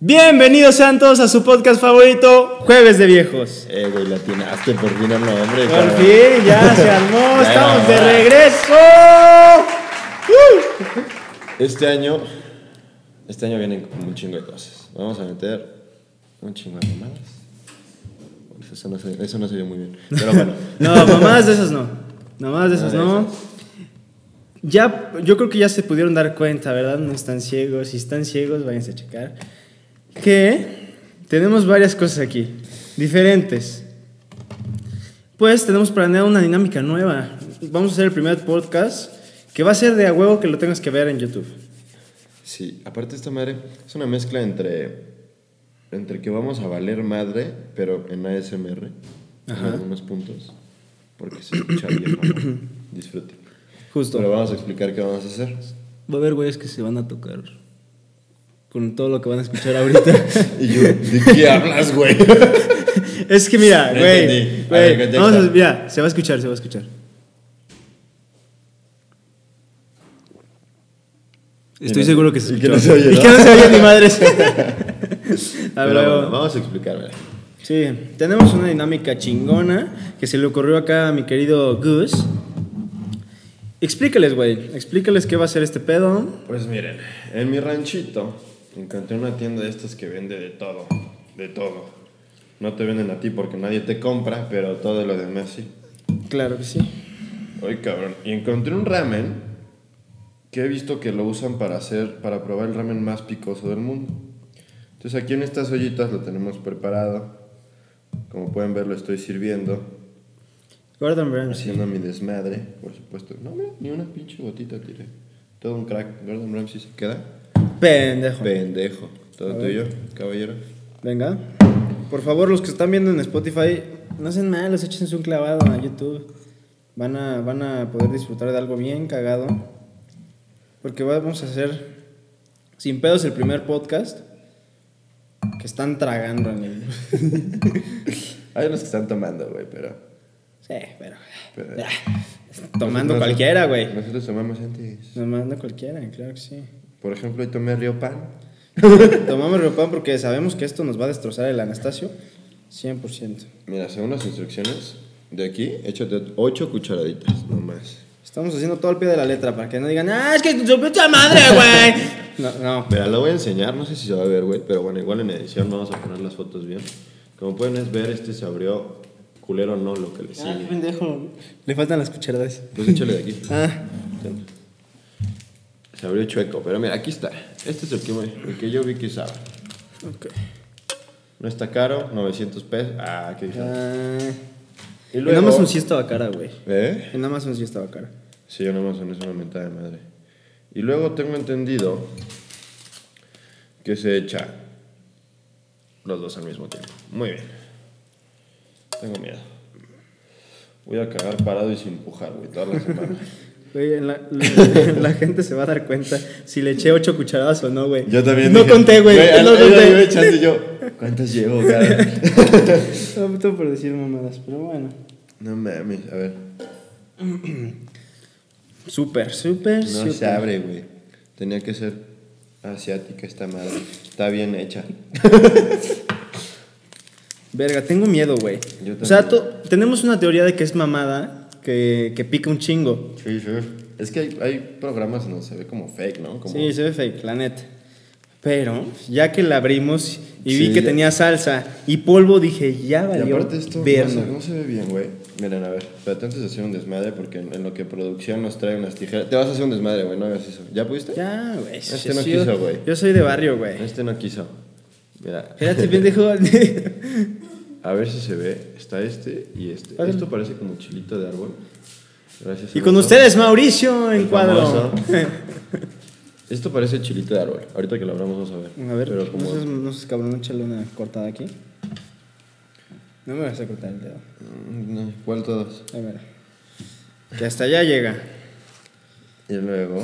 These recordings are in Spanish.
Bienvenidos sean todos a su podcast favorito, Jueves de Viejos. Eh, güey, la atinaste por fin al nombre, Por cabrón. fin, ya se armó, Ya estamos de era hora. regreso. Uh. Este año, este año vienen como un chingo de cosas. Vamos a meter un chingo de mamadas. Eso no se, eso no se vio muy bien. Pero bueno. No, mamás de esas no. Mamás de esas Nada de no. Ya, yo creo que ya se pudieron dar cuenta, ¿verdad? No están ciegos. Si están ciegos, váyanse a checar. Que tenemos varias cosas aquí, diferentes. Pues tenemos planeada una dinámica nueva. Vamos a hacer el primer podcast que va a ser de a huevo que lo tengas que ver en YouTube. Sí, aparte esta madre es una mezcla entre entre que vamos a valer madre, pero en ASMR, Ajá. en algunos puntos, porque se escucha bien. mamón. Disfruten. Justo. Pero vamos a explicar qué vamos a hacer. Va a haber güeyes que se van a tocar con todo lo que van a escuchar ahorita. Y yo, ¿de qué hablas, güey? Es que mira, No güey. entendí. A güey, ver, contexto. Vamos a, mira, se va a escuchar, se va a escuchar. Estoy no- seguro que se y escuchó. que no se oye, Y ¿no? que no se oye ni madres. A Pero ver, bueno, vamos a explicar, mira. Sí, tenemos una dinámica chingona que se le ocurrió acá a mi querido Goose. Explícales, güey. Explícales qué va a ser este pedo. Pues miren, en mi ranchito encontré una tienda de estas que vende de todo, de todo. No te venden a ti porque nadie te compra, pero todo lo demás sí. Claro que sí. Ay, cabrón. Y encontré un ramen que he visto que lo usan para hacer, para probar el ramen más picoso del mundo. Entonces aquí en estas ollitas lo tenemos preparado. Como pueden ver lo estoy sirviendo, Gordon Ramsay. haciendo mi desmadre, por supuesto. No, mira, ni una pinche gotita tiré. Todo un crack. Gordon Ramsay se queda. Pendejo. Pendejo. Todo tuyo, caballero. Venga. Por favor, los que están viendo en Spotify, no hacen malos, échense un clavado a YouTube. Van a, van a poder disfrutar de algo bien cagado. Porque vamos a hacer, sin pedos, el primer podcast que están tragando en el... Hay unos que están tomando, güey, pero. Sí, pero... pero- Tomando Nosotros- cualquiera, güey. Nosotros tomamos antes. Tomando cualquiera, claro que sí. Por ejemplo, hoy tomé Río Pan. Tomamos Riopan porque sabemos que esto nos va a destrozar el Anastasio. 100%. Mira, según las instrucciones, de aquí, échate 8 cucharaditas, nomás. Estamos haciendo todo al pie de la letra para que no digan, ah, es que su puta madre, güey. No, no. Mira, lo voy a enseñar, no sé si se va a ver, güey, pero bueno, igual en edición vamos a poner las fotos bien. Como pueden es ver, este se abrió culero no lo que le sigue. Ah, pendejo. Le faltan las cucharadas. Pues échale de aquí. Ah, Se abrió chueco, pero mira, aquí está. Este es el que, me- el que yo vi que usaba. ok. No está caro, 900 pesos. Ah, qué dije. Ah. Y En luego- Amazon sí estaba cara, güey. ¿Eh? En Amazon sí estaba cara. Sí, en Amazon es una mentada de madre. Y luego tengo entendido que se echa los dos al mismo tiempo. Muy bien. Tengo miedo. Voy a cagar parado y sin empujar, güey, toda la semana. Güey, en la, la- la gente se va a dar cuenta si le eché ocho cucharadas o no, güey. Yo también. No dije, conté, güey. al- No ella conté. iba echando y yo, ¿cuántas llevo, cara? No, todo por decir mamadas, pero bueno. No mames, a ver. Súper, súper, No súper. se abre, güey. Tenía que ser asiática esta madre. Está bien hecha. Verga, tengo miedo, güey. Yo O sea, también. to- tenemos una teoría de que es mamada, que, que pica un chingo. Sí, sí. Es que hay, hay programas donde se ve como fake, ¿no? Como Sí, se ve fake, la neta. Pero ya que la abrimos y vi Sí, que ya. tenía salsa y polvo, dije, ya Y valió. aparte esto no verga. se, no se ve bien, güey. Miren, a ver, espérate antes de hacer un desmadre porque en, en lo que producción nos trae unas tijeras. Te vas a hacer un desmadre, güey, no hagas eso. ¿Ya pudiste? Ya, güey. Este no yo- quiso, güey. Yo soy de barrio, güey. Este no quiso. Mira, Espérate, pendejo. a ver si se ve. Está este y este. Pásale. Esto parece como chilito de árbol. Gracias. y con Alberto. ustedes, Mauricio, en El cuadro. famoso. Esto parece chilito de árbol. Ahorita que lo abramos vamos a ver. A ver, Pero como... no seas, no seas cabrón, échale una cortada aquí. No me vas a cortar el dedo. Mm, no, ¿Cuál todos? A ver. Que hasta allá llega. Y luego,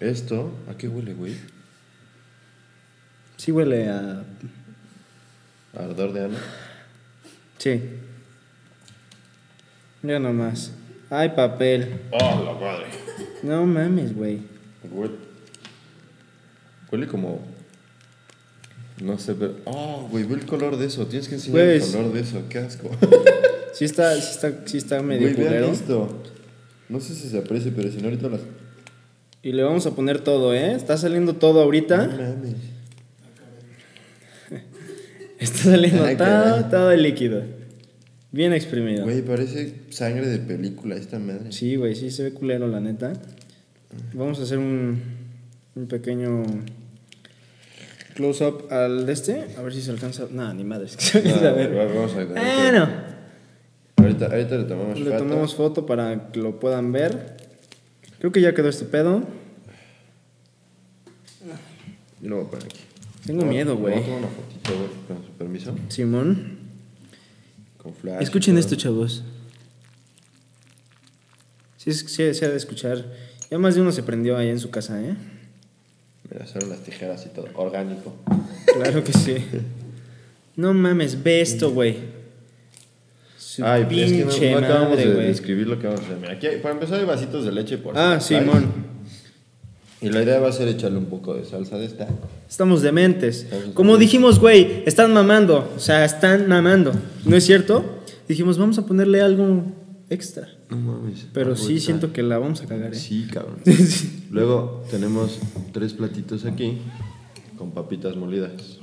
esto... ¿A qué huele, güey? Sí huele a... Ardor de ano. Sí. Mira nomás. Ay, papel. ¡Oh, la madre! No mames, güey. Hue- Huele como. No sé, pero. Oh, güey, ve el color de eso. Tienes que enseñar Güey, el es- color de eso. Qué asco. Sí está, sí está, sí está medio Güey, vean culero. esto. No sé si se aprecia, pero si no, ahorita las. Y le vamos a poner todo, ¿eh? Está saliendo todo ahorita. No mames. Está saliendo Ay, qué todo, bueno. todo el líquido. Bien exprimido. Güey, parece sangre de película esta madre. Sí, güey, sí se ve culero, la neta. Vamos a hacer un, un pequeño close-up al de este. A ver si se alcanza. Nah, ni madres. que se No, alcanza a güey, ver. va- vamos a Bueno, Ahorita, ahorita le tomamos le foto. tomamos foto para que lo puedan ver. Creo que ya quedó este pedo. Yo lo voy a poner aquí. Tengo Voy a- miedo, güey. Voy a tomar una fotito, güey, con su permiso. Simón. Con flash. y Escuchen todo. esto, chavos. Sí, es- sí, se ha de escuchar. Ya más de uno se prendió ahí en su casa, ¿eh? Mira, salen las tijeras y todo. Orgánico. Claro que sí. No mames, ve esto, güey. Su Ay, es que no- pinche no, acabamos madre, de güey. describir lo que vamos a hacer. Mira, aquí hay- para empezar hay vasitos de leche por Ah, si no sabes. Simón. Y la idea va a ser echarle un poco de salsa de esta. Estamos dementes. Estamos Como dementes. dijimos, güey, están mamando. O sea, están mamando. ¿No es cierto? Dijimos, vamos a ponerle algo extra. No mames. Pero sí siento que la vamos a cagar, ¿eh? Sí, cabrón. Sí. Luego tenemos tres platitos aquí con papitas molidas.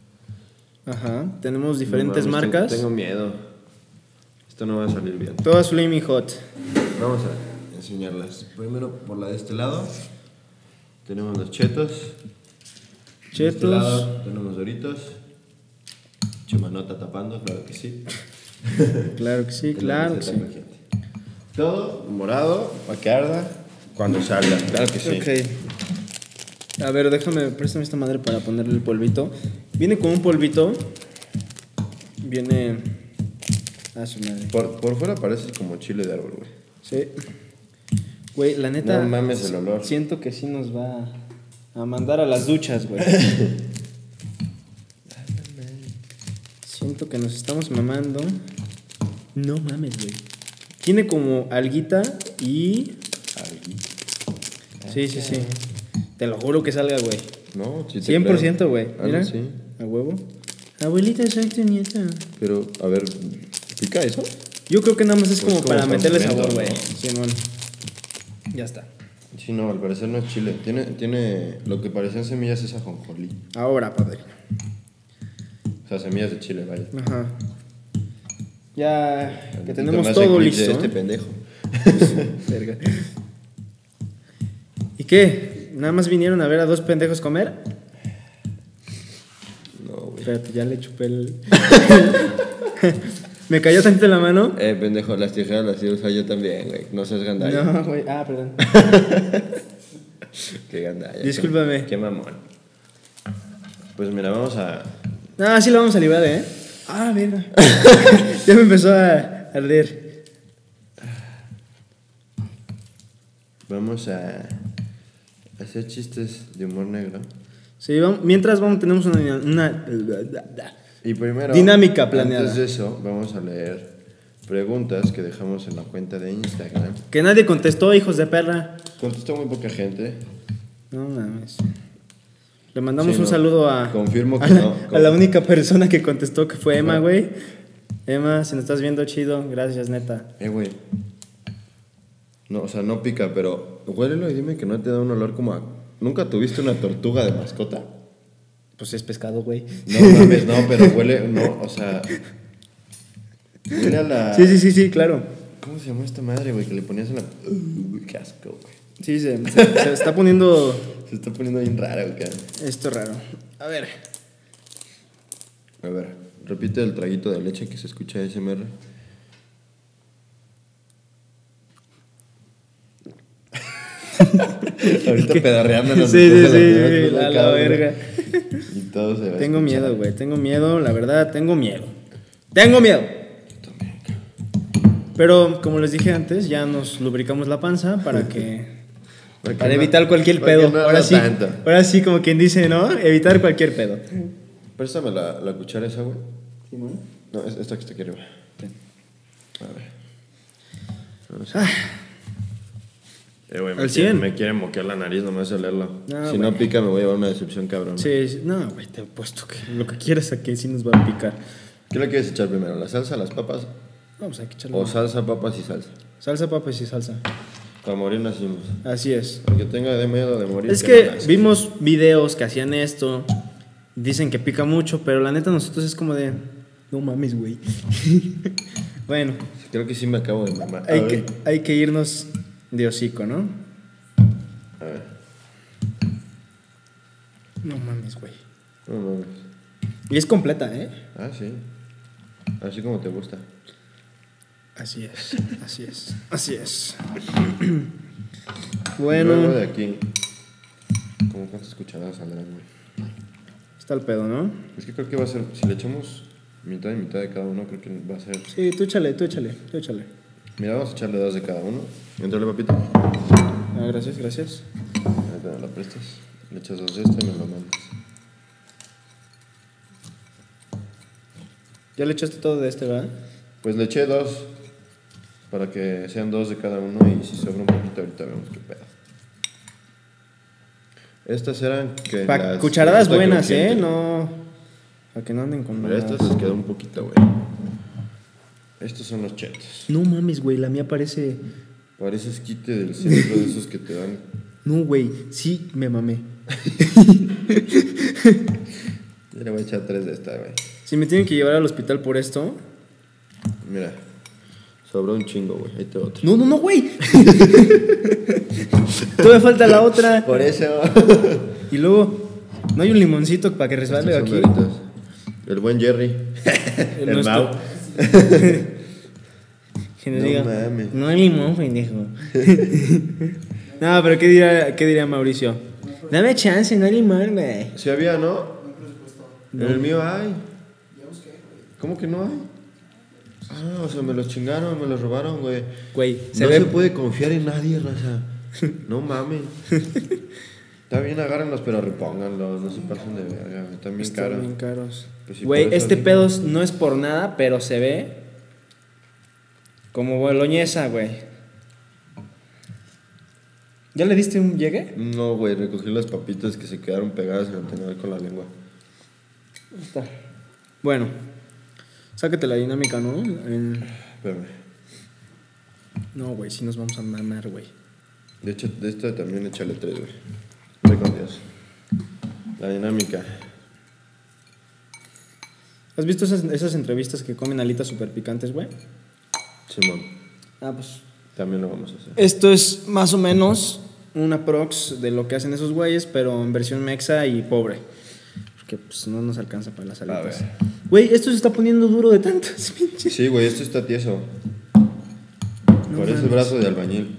Ajá. Tenemos diferentes No mames, ten- marcas. Tengo miedo. Esto no va a salir bien. Todas Flaming Hot. Vamos a enseñarlas. Primero por la de este lado. Tenemos los chetos. De este Chetos. lado tenemos doritos. Chumanota tapando, claro que sí. Claro que sí, Tenemos claro que esta sí. crujiente. Todo morado, para que arda. Cuando salga, claro que sí. Ok. A ver, déjame, préstame esta madre para ponerle el polvito. Viene con un polvito. Viene. A su madre. Por, por fuera parece como chile de árbol, güey. Sí. Güey, la neta. No mames el olor. Siento que sí nos va a mandar a las duchas, güey. siento que nos estamos mamando. No mames, güey. Tiene como alguita y. Alguito. Sí, sí, sí. Te lo juro que salga, güey. No, sí te 100%, creo. güey. Ah, no, Mira. sí. A huevo. Abuelita, soy tu nieta. Pero, a ver, ¿pica eso? Yo creo que nada más es Pues como como para meterle sabor, güey. condimento, ¿no? Simón. Ya está. Sí, no, al parecer no es chile. Tiene, tiene lo que parecían semillas es ajonjolí. Ahora, padre. O sea, semillas de chile, vaya. Ajá. Ya que Tantito tenemos más de todo clip de listo. Este ¿eh? pendejo. Verga. ¿Y qué? ¿Nada más vinieron a ver a dos pendejos comer? No, güey. Espérate, ya le chupé el... Me cayó tantito la mano. Eh, pendejo, las tijeras las iba a usar yo también, güey. No seas gandalla. No, güey. Ah, perdón. Qué gandalla. Discúlpame. Qué, qué mamón. Pues mira, vamos a... Ah, sí lo vamos a librar, ¿eh? Ah, verga. ya me empezó a arder. Vamos a... Hacer chistes de humor negro. Sí, vamos- mientras vamos, tenemos una, una- Y primero... Dinámica planeada. Antes de eso, vamos a leer preguntas que dejamos en la cuenta de Instagram. Que nadie contestó, hijos de perra. Contestó muy poca gente. No mames. Le mandamos Sí, un no. saludo a. Confirmo que a la, no. a la única persona que contestó que fue Emma, güey. Emma, si nos estás viendo, chido. Gracias, neta. Eh, güey. No, o sea, no pica, pero huélelo y dime que no te da un olor como a... ¿Nunca tuviste una tortuga de mascota? Pues es pescado, güey. No, mames, no, pero huele... No, o sea... Huele a la... Sí, sí, sí, sí, claro. ¿Cómo se llamó esta madre, güey? Que le ponías en la... Uy, qué asco, güey. Sí, se, se- se está poniendo Se está poniendo bien raro, güey. esto raro. A ver. A ver, repite el traguito de leche que se escucha SMR. Ahorita Sí, pedarreándonos. sí, sí, Entonces, sí, a los demás, la cabrón. verga. Y todo se va a Tengo escuchar. miedo, güey. Tengo miedo, la verdad, tengo miedo. Tengo miedo. Pero como les dije antes, ya nos lubricamos la panza para que Para que para no- evitar cualquier para que pedo. no ahora haga sí, tanto. ahora sí como quien dice, ¿no? Evitar cualquier pedo. Préstame la, la cuchara esa, güey. No, es- esta que está aquí arriba. A ver. Vamos a- Eh, güey, me, Ah. Al quieren- 100. me quieren moquear la nariz nomás de leerla. No, si güey. no pica, me voy a llevar una decepción, cabrón. Sí, sí. no, güey, te apuesto que lo que quieras a que sí nos va a picar. ¿Qué le quieres echar primero? ¿La salsa, las papas? Vamos a echarle. ¿O salsa, papas y salsa? Salsa, papas y salsa. Para morir nacimos. Así es. Aunque tenga de miedo de morir. Es que no que nazca. vimos videos que hacían esto. Dicen que pica mucho, pero la neta nosotros es como de. No mames, güey. bueno, Creo que sí me acabo de mamar. A hay ver, que, hay que irnos de hocico, ¿no? A ver. No mames, güey. No mames. Y es completa, ¿eh? Ah, sí. Así como te gusta. Así es, así es, así es. Luego de bueno, aquí. ¿Cómo cuántas cucharadas saldrán, güey? está el pedo, ¿no? Es que creo que va a ser. Si le echamos mitad y mitad de cada uno, creo que va a ser. Sí, tú échale, tú échale, tú échale. Mira, vamos a echarle dos de cada uno. Entrale, papito. Ah, gracias, gracias. Ahí te la prestas. Le echas dos de este y me lo mandas. Ya le echaste todo de este, ¿verdad? Pues le eché dos. Para que sean dos de cada uno y si sobra un poquito ahorita vemos qué pedo. Estas eran que Pa- las- cucharadas las buenas, ¿eh? crujientes. No. Para que no anden con Mira, mamadas. estas se quedó un poquito, güey. Estos son los chetos. No mames, güey, la mía parece. Parece esquite del centro de esos que te dan. No, güey, sí me mamé. Yo le voy a echar tres de esta, güey. Si me tienen que llevar al hospital por esto. Mira. Sobró un chingo, güey. Ahí te va otro. No, no, no, güey. Todavía falta la otra. Por eso. Y luego, ¿no hay un limoncito para que resbale Estas son aquí? doritas. El buen Jerry. El El, nuestro. Mau. Que nos No diga, mames. No hay limón, pendejo. no, pero ¿qué dirá, ¿qué diría Mauricio? Dame chance, no hay limón, güey. Si había, ¿no? En el mío hay. ¿Cómo que no hay? Ah, o sea, me los chingaron, me los robaron, güey. Güey, se no ve. se puede confiar en nadie, raza. No mamen. Está bien, agárrenlos, pero repónganlos. No se pasen de verga, güey. Están bien Están caros. bien caros. Pues sí, Güey, por eso este digo. pedo no es por nada, pero se ve como boloñesa, güey. ¿Ya le diste un llegue? No, güey, recogí las papitas que se quedaron pegadas en el tenedor con la lengua. Está. Bueno, sácate la dinámica, ¿no? En- Espérame. No, güey, sí nos vamos a mamar, güey. De hecho, de esta también échale tres, güey. Ve con Dios. La dinámica. ¿Has visto esas, esas entrevistas que comen alitas super picantes, güey? Simón, Ah, pues. también lo vamos a hacer. Esto es más o menos una prox de lo que hacen esos güeyes, pero en versión mexa y pobre. Porque pues no nos alcanza para las A alitas. ver. Güey, esto se está poniendo duro de tantas pinches. Sí, güey, esto está tieso. No Parece mames. brazo de albañil.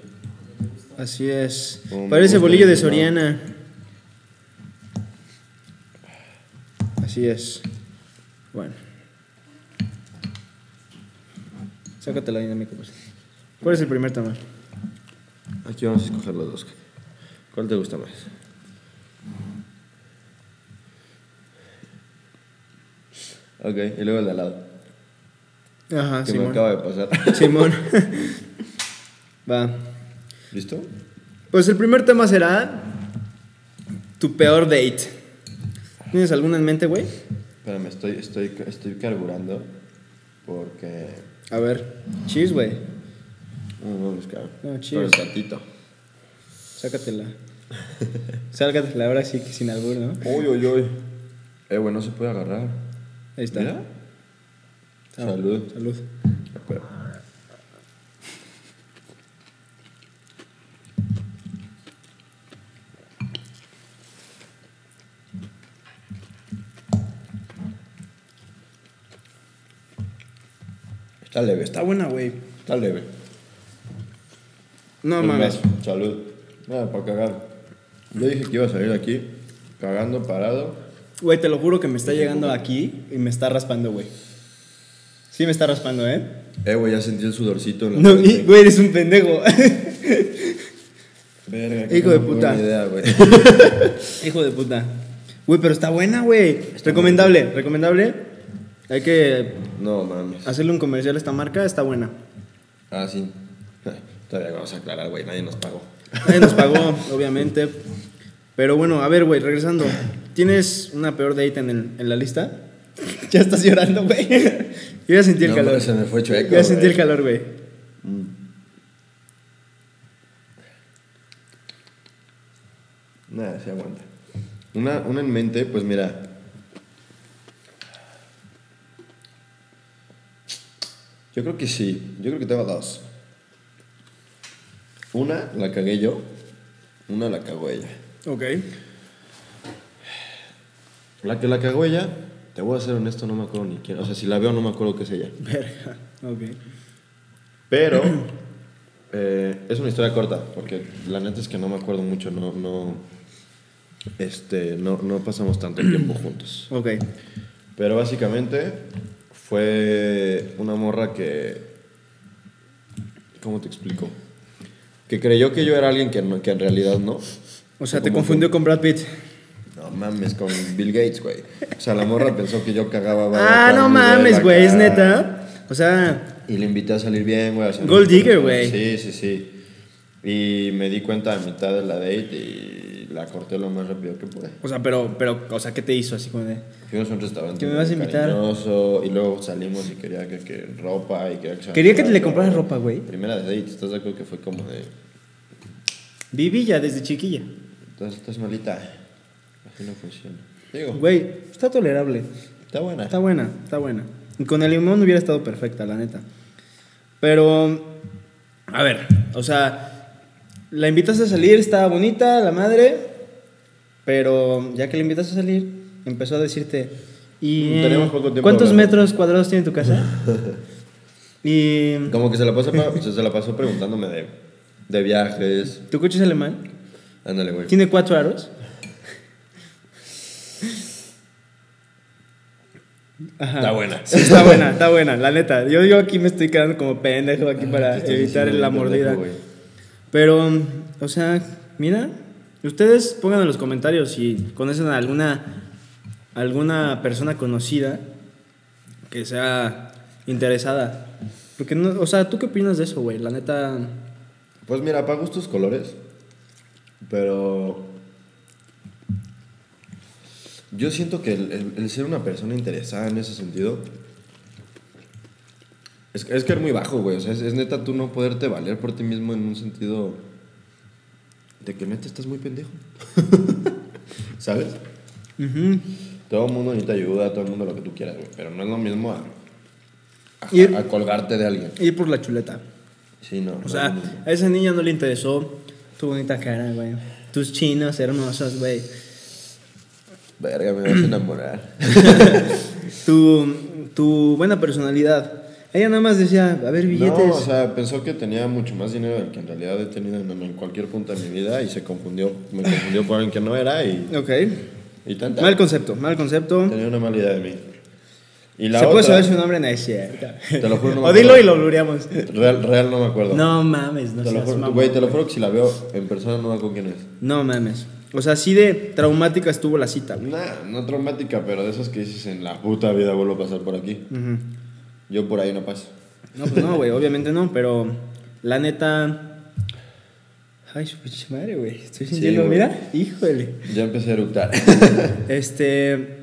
Así es. Como me Parece gusta bolillo de el limón. Soriana. Así es. Bueno. Sácate la dinámica, pues. ¿Cuál es el primer tamal? Aquí vamos a escoger los dos. ¿Cuál te gusta más? Ok, y luego el de al lado. Ajá, que me Ah, Simón. acaba de pasar. Simón. Va. ¿Listo? Pues el primer tema será tu peor date. ¿Tienes alguna en mente, güey? Espérame, estoy, estoy, estoy carburando. Porque. A ver. Cheese, güey. No, no, les cago. No, Pero cheers. tantito. Sácatela. Sácatela ahora sí que sin albur, ¿no? Uy, uy, uy. Eh, güey, no se puede agarrar. Ahí está. Mira. Ah, Salud. Salud. Está leve, Está está, buena, güey. está leve. No Es mames. más, Salud. Nada, para cagar. Yo dije que iba a salir aquí cagando parado. Güey, te lo juro que me está llegando aquí y me está raspando, güey. Sí, me está raspando, ¿eh? Eh, güey, ya sentí el sudorcito en la No, frente. y- güey, eres un pendejo. Verga, Hijo qué de buena puta. idea, güey. Hijo de puta. Güey, pero está buena, güey. Recomendable, recomendable. Hay que no mames. hacerle un comercial a esta marca, está buena. Ah, sí. Todavía vamos a aclarar, güey, nadie nos pagó. Nadie nos pagó, obviamente. Pero bueno, a ver, güey, regresando. ¿Tienes una peor date en, el- en la lista? Ya estás llorando, güey. Yo ya sentí el No, calor. hombre, se me fue chueco, Yo ya sentí güey. el calor, güey. Nada, se aguanta. Una, una en mente, pues mira. Yo creo que sí. Yo creo que tengo dos. Una la cagué yo. Una la cagó ella. Ok. La que la cagó ella, te voy a ser honesto, no me acuerdo ni quién. O sea, si la veo, no me acuerdo qué es ella. Verga. Ok. Pero eh, es una historia corta, porque la neta es que no me acuerdo mucho, no, no, este, no, no pasamos tanto tiempo juntos. Ok. Pero básicamente fue una morra que, ¿cómo te explico? Que creyó que yo era alguien que, no- que en realidad no. O sea, te Como que- confundió con Brad Pitt. No mames, con Bill Gates, güey. O sea, la morra pensó que yo cagaba. Ah, barbacoa no a nivel mames, acá. güey, es neta. O sea, Y le invité a salir bien, güey. a salir Gold bien. digger, güey. Sí, sí, sí. Y me di cuenta a mitad de la date y la corté lo más rápido que pude. o sea, pero, pero, o sea, ¿qué te hizo así como de? Fuimos a un restaurante. ¿Que me muy vas a invitar? cariñoso, y luego salimos y quería que, que ropa y quería que se- Quería que te le compraras ropa, güey. Primera date, ¿estás de acuerdo que fue como de. Viví ya desde chiquilla. Estás, estás malita. Así no funciona. Digo, Güey, está tolerable. está buena. Está buena, está buena. Y con el limón hubiera estado perfecta, la neta. Pero, a ver, o sea, la invitaste a salir, estaba bonita, la madre, pero ya que la invitaste a salir, empezó a decirte, y, Mm, tenemos poco tiempo ¿cuántos hablando". metros cuadrados tiene tu casa? y, Como que se la, pasó, pa- se la pasó preguntándome de, de viajes. ¿tu coche es alemán? Ándale, güey. ¿Tiene cuatro aros? Ajá. Está buena. Sí, está buena, está buena, la neta. Yo, yo aquí me estoy quedando como pendejo aquí para Ah, Estoy evitar diciendo la bien mordida. pendejo, güey. Pero, mm, o sea, mira, ustedes pongan en los comentarios si conocen a alguna, alguna persona conocida que sea interesada. Porque, no, o sea, ¿tú qué opinas de eso, güey? La neta, Pues mira, para gustos colores. Pero. Yo siento que el, el- el ser una persona interesada en ese sentido. Es, es que es muy bajo, güey. O sea, es, es neta tú no poderte valer por ti mismo en un sentido. De que neta estás muy pendejo. ¿Sabes? ujú. Todo el mundo necesita ayuda, todo el mundo lo que tú quieras, güey. Pero no es lo mismo a, a- Y- a colgarte de alguien. ir por la chuleta. Sí, no. no O es sea, lo mismo. a esa niña no le interesó tu bonita cara, güey. Tus chinos hermosos, güey. Verga, me vas a enamorar. Tu, tu buena personalidad. Ella nada más decía, a ver, billetes. No, o sea, pensó que tenía mucho más dinero del que en realidad he tenido en, en cualquier punto de mi vida y se confundió, me confundió por alguien que no era y, ok. y tanta. Mal concepto, mal concepto. Tenía una mala idea de mí. Y ¿Se la puede otra, saber su nombre? No es cierto. Te lo juro, no me o dilo acuerdo. y lo blureamos. real, real no me acuerdo. No mames, no te lo seas juro, mamón, güey, te lo güey. juro que si la veo en persona no me acuerdo quién es. No mames. O sea, así de traumática estuvo la cita, güey. Nah, no traumática, pero de esas que dices en la puta vida vuelvo a pasar por aquí. Ujú. Yo por ahí no paso. No, pues no, güey, obviamente no, pero la neta. Ay, su pinche madre, güey. Estoy Sí, sintiendo, güey. mira, híjole. Ya empecé a eructar. Este.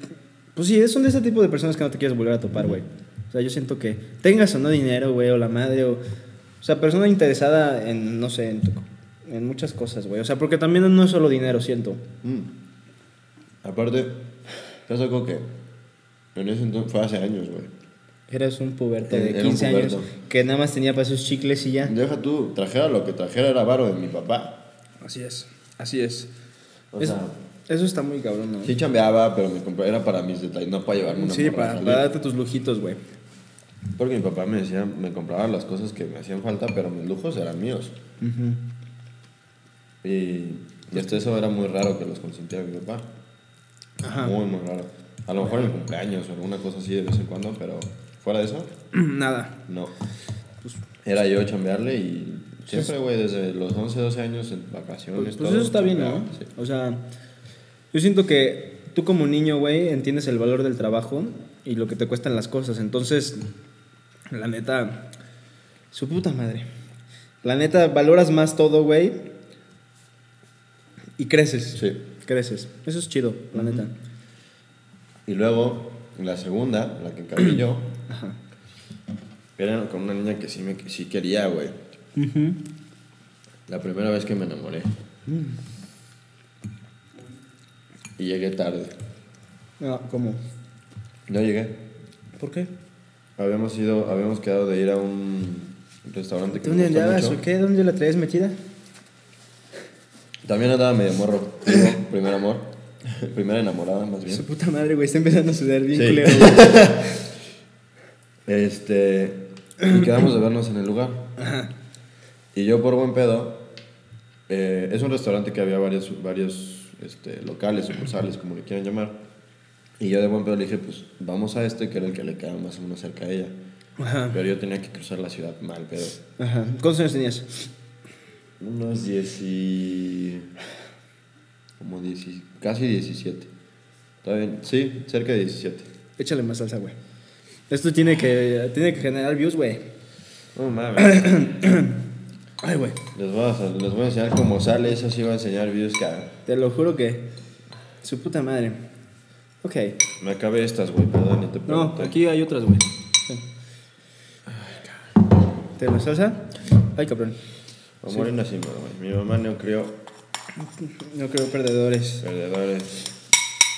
Pues sí, son de ese tipo de personas que no te quieres volver a topar, güey. O sea, yo siento que tengas o no dinero, güey, o la madre, o. O sea, persona interesada en, no sé, en, tu- en muchas cosas, güey. O sea, porque también no es solo dinero, siento. Mm. Aparte, te has dado cuenta que en ese entonces fue hace años, güey. Eras un puberto Era- de era un 15 años puberto. que nada más tenía para sus chicles y ya. Deja tú, trajera lo que trajera era varo de mi papá. Así es, así es. O Eso- sea, eso está muy cabrón, ¿no? sí chambeaba, pero me compraba, era para mis detalles, no para llevarme una Sí, morra a para, salir. para darte tus lujitos, güey. Porque mi papá me decía, me compraba las cosas que me hacían falta, pero mis lujos eran míos. Y, y hasta eso era muy raro que los consintiera mi papá. Ajá. Muy, muy raro. A lo mejor en cumpleaños o alguna cosa así de vez en cuando, pero fuera de eso, Nada. no. Pues, Era yo chambearle y siempre, güey, desde los 11, 12 años en vacaciones. Pues, pues todo, eso está bien, ¿no? chambeaba, sí. O sea, yo siento que tú como niño, güey, entiendes el valor del trabajo y lo que te cuestan las cosas. Entonces, la neta, su puta madre. La neta, valoras más todo, güey, Y creces. Sí. Creces. Eso es chido, la neta. Y luego, la segunda, la que encargué yo, Ajá. era con una niña que sí, me, que sí quería, güey. La primera vez que me enamoré. Y llegué tarde. No, ¿cómo? No llegué. ¿Por qué? Habíamos ido, habíamos quedado de ir a un restaurante que ¿Dónde me gusta andabas mucho. o qué? ¿Dónde la traías metida? También andaba medio morro. Digo, primer amor. Primera enamorada, más bien. Su puta madre, güey. Está empezando a sudar bien Sí. culero, güey. Este. Y quedamos de vernos en el lugar. Y yo, por buen pedo, eh, es un restaurante que había varios, varios este, locales, sucursales, como le quieran llamar. Y yo, de buen pedo, le dije, pues vamos a este, que era el que le quedaba más o menos cerca a ella. Ajá. Pero yo tenía que cruzar la ciudad mal, pero. Ajá. ¿Cuántos años tenías? Unos 10 y. Como 10 y- casi 17. ¿Está bien? Sí, cerca de 17. Échale más salsa, güey. Esto tiene que, tiene que generar views, güey. No mames. Ay, güey. Les voy, a, les voy a enseñar cómo sale, eso sí voy a enseñar videos que Te lo juro que. Su puta madre. Ok. me acabé estas, güey, perdón, no te No, pregunté. aquí hay otras, güey. Sí. ¿Te la salsa? Ay, cabrón. Amor inacible, güey. Mi mamá no crió No creo perdedores. perdedores.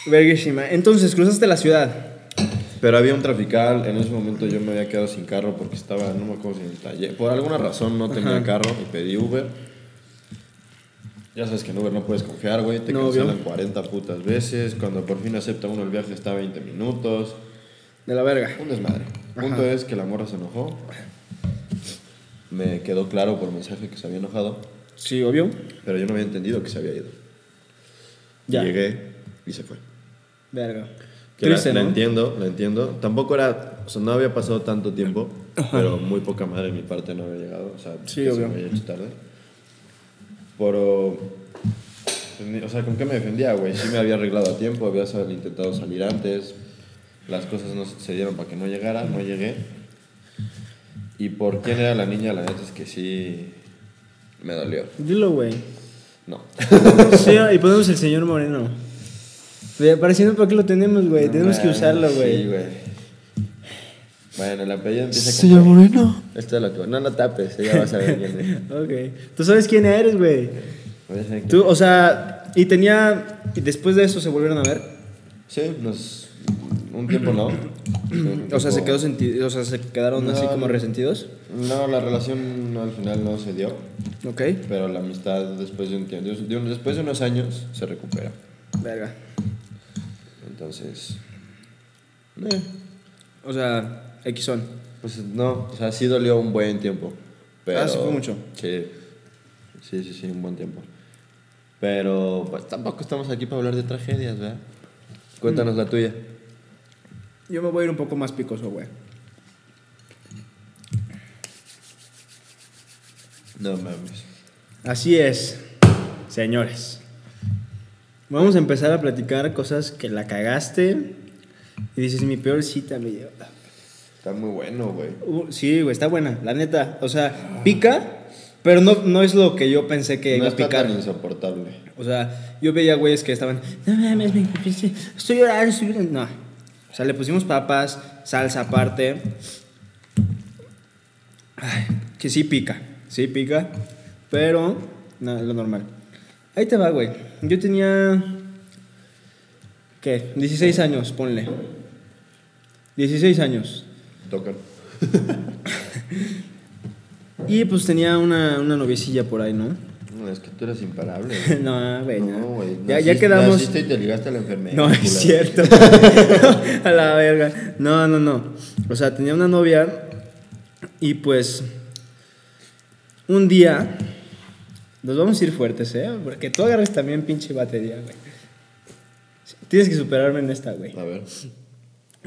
Verguísima. Entonces, cruzaste la ciudad. Pero había un trafical, en ese momento yo me había quedado sin carro porque estaba, no me acuerdo si en el taller. Por alguna razón no tenía Ajá. carro y pedí Uber. Ya sabes que en Uber no puedes confiar, güey, te No, obvio. cancelan 40 putas veces. Cuando por fin acepta uno el viaje está 20 minutos. De la verga. Un desmadre. Punto es que la morra se enojó. Me quedó claro por mensaje que se había enojado. Sí, obvio. Pero yo no había entendido que se había ido. Ya. Llegué y se fue. Verga. Que la, Triste, la ¿no? entiendo, la entiendo. Tampoco era, o sea, no había pasado tanto tiempo, pero muy poca madre de mi parte no había llegado. O sea, Sí, que obvio. se me había hecho tarde. Pero, pues, ni- o sea, ¿con qué me defendía, güey? Sí me había arreglado a tiempo, había sal- intentado salir antes. Las cosas no se dieron para que no llegara, no llegué. Y por quién era la niña, la neta es que sí me dolió. Dilo, güey. No. Pues Sí, y ponemos el señor Moreno. Ve, Pareciendo para qué lo tenemos, güey. Tenemos que Mames, usarlo, güey. Sí, güey. Bueno, la apellido empieza con... Señor Moreno. Esto es lo que... No, no tapes, ella va a saber quién es. ok. Tú sabes quién eres, güey. Voy a hacer que- Tú, o sea, y tenía. Y después de eso se volvieron a ver. Sí, nos... Un tiempo no. Un O sea, se tiempo- quedó senti- O sea, se quedaron así No. como resentidos. No, la relación no, al final no se dio, Ok. pero la amistad después de un tiempo, de un- después de unos años se recupera. Verga. Entonces, eh, O sea, X son. pues no, o sea, sí dolió un buen tiempo. Pero, Ah, sí fue mucho. Sí, sí, sí, sí, un buen tiempo. Pero pues tampoco estamos aquí para hablar de tragedias, ¿verdad? Cuéntanos la tuya. Yo me voy a ir un poco más picoso, güey. No mames. Así es, señores. Vamos a empezar a platicar cosas que la cagaste. Y dices, mi peor cita me dio. Está muy bueno, güey. Uh, sí, güey, está buena, la neta. O sea, pica, pero no, no es lo que yo pensé que no iba a está tan picar. insoportable. O sea, yo veía güeyes que estaban, no mames, me encontré- estoy llorando, estoy llorando. No. O sea, le pusimos papas, salsa aparte. Ay, que sí pica, sí pica, pero no, es lo normal. Ahí te va, güey. Yo tenía. ¿Qué? 16 años, ponle. 16 años. Tocan. Y pues tenía una, una noviecilla por ahí, ¿no? No, es que tú eres imparable. no, güey. No, güey. ya, ya naciste- quedamos. naciste y te ligaste a la enfermedad. No, es cierto. a la verga. No, no, no. O sea, tenía una novia y pues un día nos vamos a ir fuertes, ¿eh? Porque tú agarres también pinche batería, güey. Tienes que superarme en esta, güey. A ver.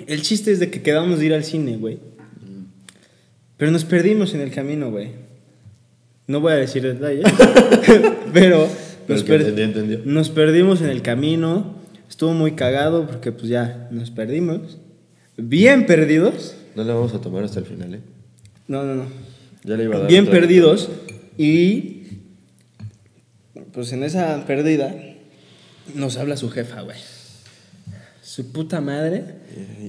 El chiste es de que quedamos de ir al cine, güey. Pero nos perdimos en el camino, güey. No voy a decir detalles, pero Pero nos, el que per- entendió, entendió. nos perdimos en el camino. Estuvo muy cagado porque pues ya nos perdimos. Bien perdidos. No la vamos a tomar hasta el final, ¿eh? No, no, no. Ya le iba a dar. Bien otra- perdidos. Y pues en esa pérdida nos habla su jefa, güey. Su puta madre.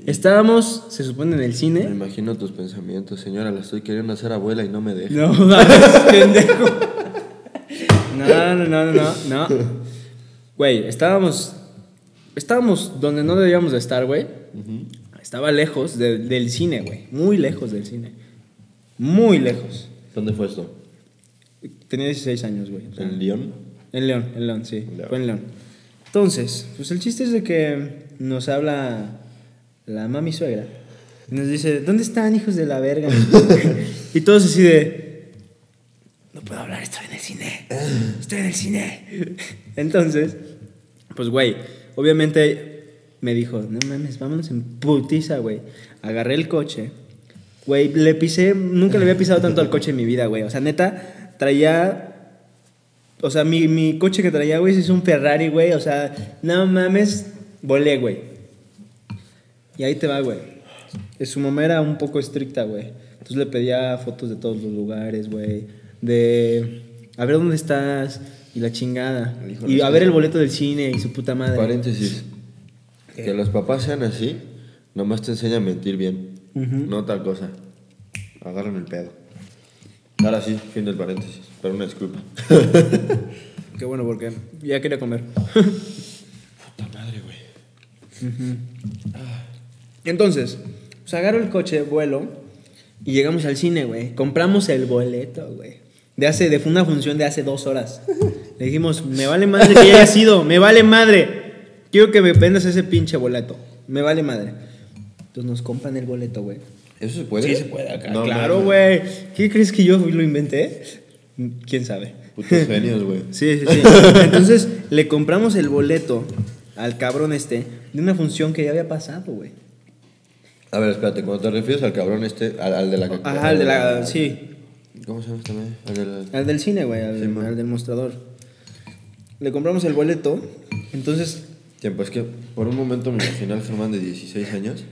Estábamos, se supone, en el Me cine. imagino tus pensamientos, señora, la estoy queriendo hacer abuela y no me deja. No, mames, pendejo. No, no, no, no, no. no. Güey, estábamos. Estábamos donde no debíamos de estar, güey. Estaba lejos de- del cine, güey. Muy lejos del cine. Muy lejos. ¿Dónde fue esto? Tenía 16 años, güey. o sea, ¿En León? En León, en León, sí. León. Fue en León. Entonces, pues el chiste es de que nos habla la mami suegra. Y nos dice, ¿dónde están hijos de la verga? y todos así de... No puedo hablar, estoy en el cine. Estoy en el cine. Entonces, pues güey, obviamente me dijo, no mames, vámonos en putiza, güey. Agarré el coche. Güey, le pisé, nunca le había pisado tanto al coche en mi vida, güey. O sea, neta, traía o sea, mi, mi coche que traía, güey, es un Ferrari, güey. O sea, no mames, volé, güey. Y ahí te va, güey. Eh, Su mamá era un poco estricta, güey. Entonces le pedía fotos de todos los lugares, güey. De a ver dónde estás y la chingada. Híjole, Y a sí. ver el boleto del cine y su puta madre. Paréntesis. Que los papás sean así, nomás te enseñan a mentir bien. No tal cosa. Agarran el pedo. Ahora sí, fin del paréntesis. Pero una disculpa. Qué bueno, porque ya quería comer. Puta madre, güey. Entonces, pues agarro el coche de vuelo y llegamos al cine, güey. Compramos el boleto, güey. De hace, de fue una función de hace dos horas. Le dijimos, me vale madre que haya sido, me vale madre. Quiero que me vendas ese pinche boleto. Me vale madre. Entonces nos compran el boleto, güey. ¿Eso se puede? Sí se puede acá. No, claro, mames. güey. ¿Qué crees que yo lo inventé? ¿Quién sabe? Putos genios, güey. Sí, sí, sí. Entonces le compramos el boleto al cabrón este de una función que ya había pasado, güey. A ver, espérate, cuando te refieres al cabrón este, al, al de la... Ajá, el de la. Sí, ¿Cómo se llama este güey? Al de la- al del cine, güey, al, Sí, man. al del mostrador. Le compramos el boleto, entonces. Tiempo, es que por un momento me imaginé al Germán de 16 años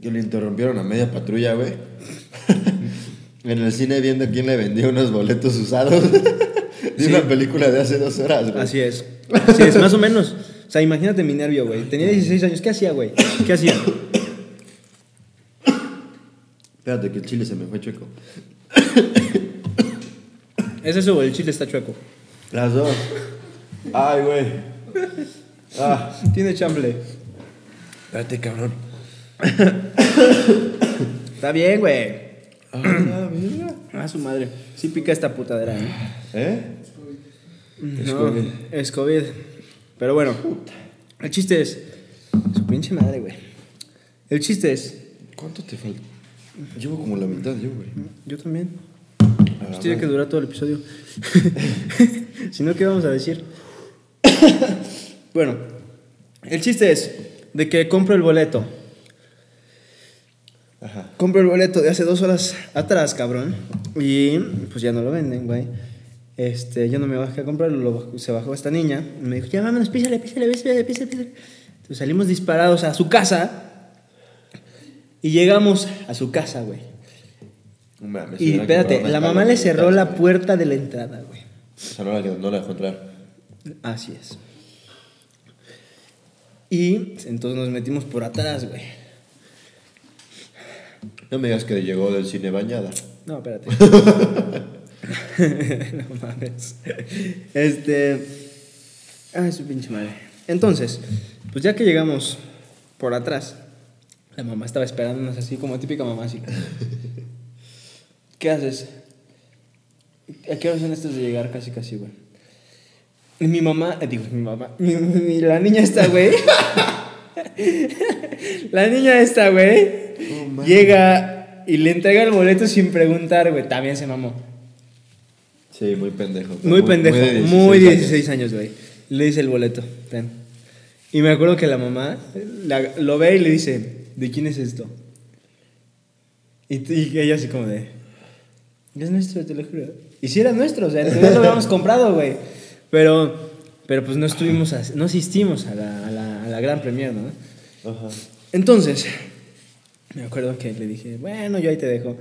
que le interrumpieron a media patrulla, güey. en el cine viendo quién le vendía unos boletos usados de Sí. una película de hace dos horas, güey. Así es. Así es, más o menos. O sea, imagínate mi nervio, güey. Tenía 16 años. ¿Qué hacía, güey? ¿Qué hacía? Espérate, que el chile se me fue chueco. ¿Es eso o el chile está chueco? Las dos. Ay, güey. Ah. Tiene chamble. Espérate, cabrón. Está bien, güey. Ah, mira. A su madre. Sí pica esta putadera, ¿eh? ¿Eh? Es No, COVID. Es COVID. Pero bueno, el chiste es. Su pinche madre, güey. El chiste es. ¿Cuánto te falta? Llevo como la mitad, yo, güey. Yo también. A la Pues tiene que durar todo el episodio. si no, ¿qué vamos a decir? bueno, el chiste es de que compro el boleto. Ajá. Compro el boleto de hace dos horas atrás, cabrón. Y pues ya no lo venden, güey. Este, yo no me bajé a comprarlo, lo- se bajó esta niña. Y me dijo, ya vámonos, písale, písale, písale, písale, písale. Entonces salimos disparados a su casa. Y llegamos a su casa, güey. No mames, Y hubiera espérate, comprado la unas mamá le cerró palomitas, la güey. puerta de la entrada, güey. O sea, no la, no la dejó entrar. Así es. Y entonces nos metimos por atrás, güey. No me digas que llegó del cine bañada. No, espérate. no mames. Este. Ay, su pinche madre. Entonces, pues ya que llegamos por atrás, la mamá estaba esperándonos así, como típica mamá así. ¿Qué haces? ¿A qué hora son estas de llegar casi, casi, güey? Y mi mamá, eh, digo, mi mamá, mi- mi- la niña está, güey. la niña está, güey. Oh, man. llega y le entrega el boleto sin preguntar, güey. También se mamó. Sí, muy pendejo. Muy pendejo, de muy 16 16 años, güey. Le dice el boleto, ten. Y me acuerdo que la mamá la- lo ve y le dice, ¿de quién es esto? Y, t- y ella así como de, es nuestro, te lo juro. Y si era nuestro, o sea, ya lo habíamos comprado, güey. Pero, pero pues no estuvimos, as- no asistimos a la, a la- a la gran premier, ¿no? años. Ajá. Entonces, me acuerdo que le dije, bueno, yo ahí te dejo.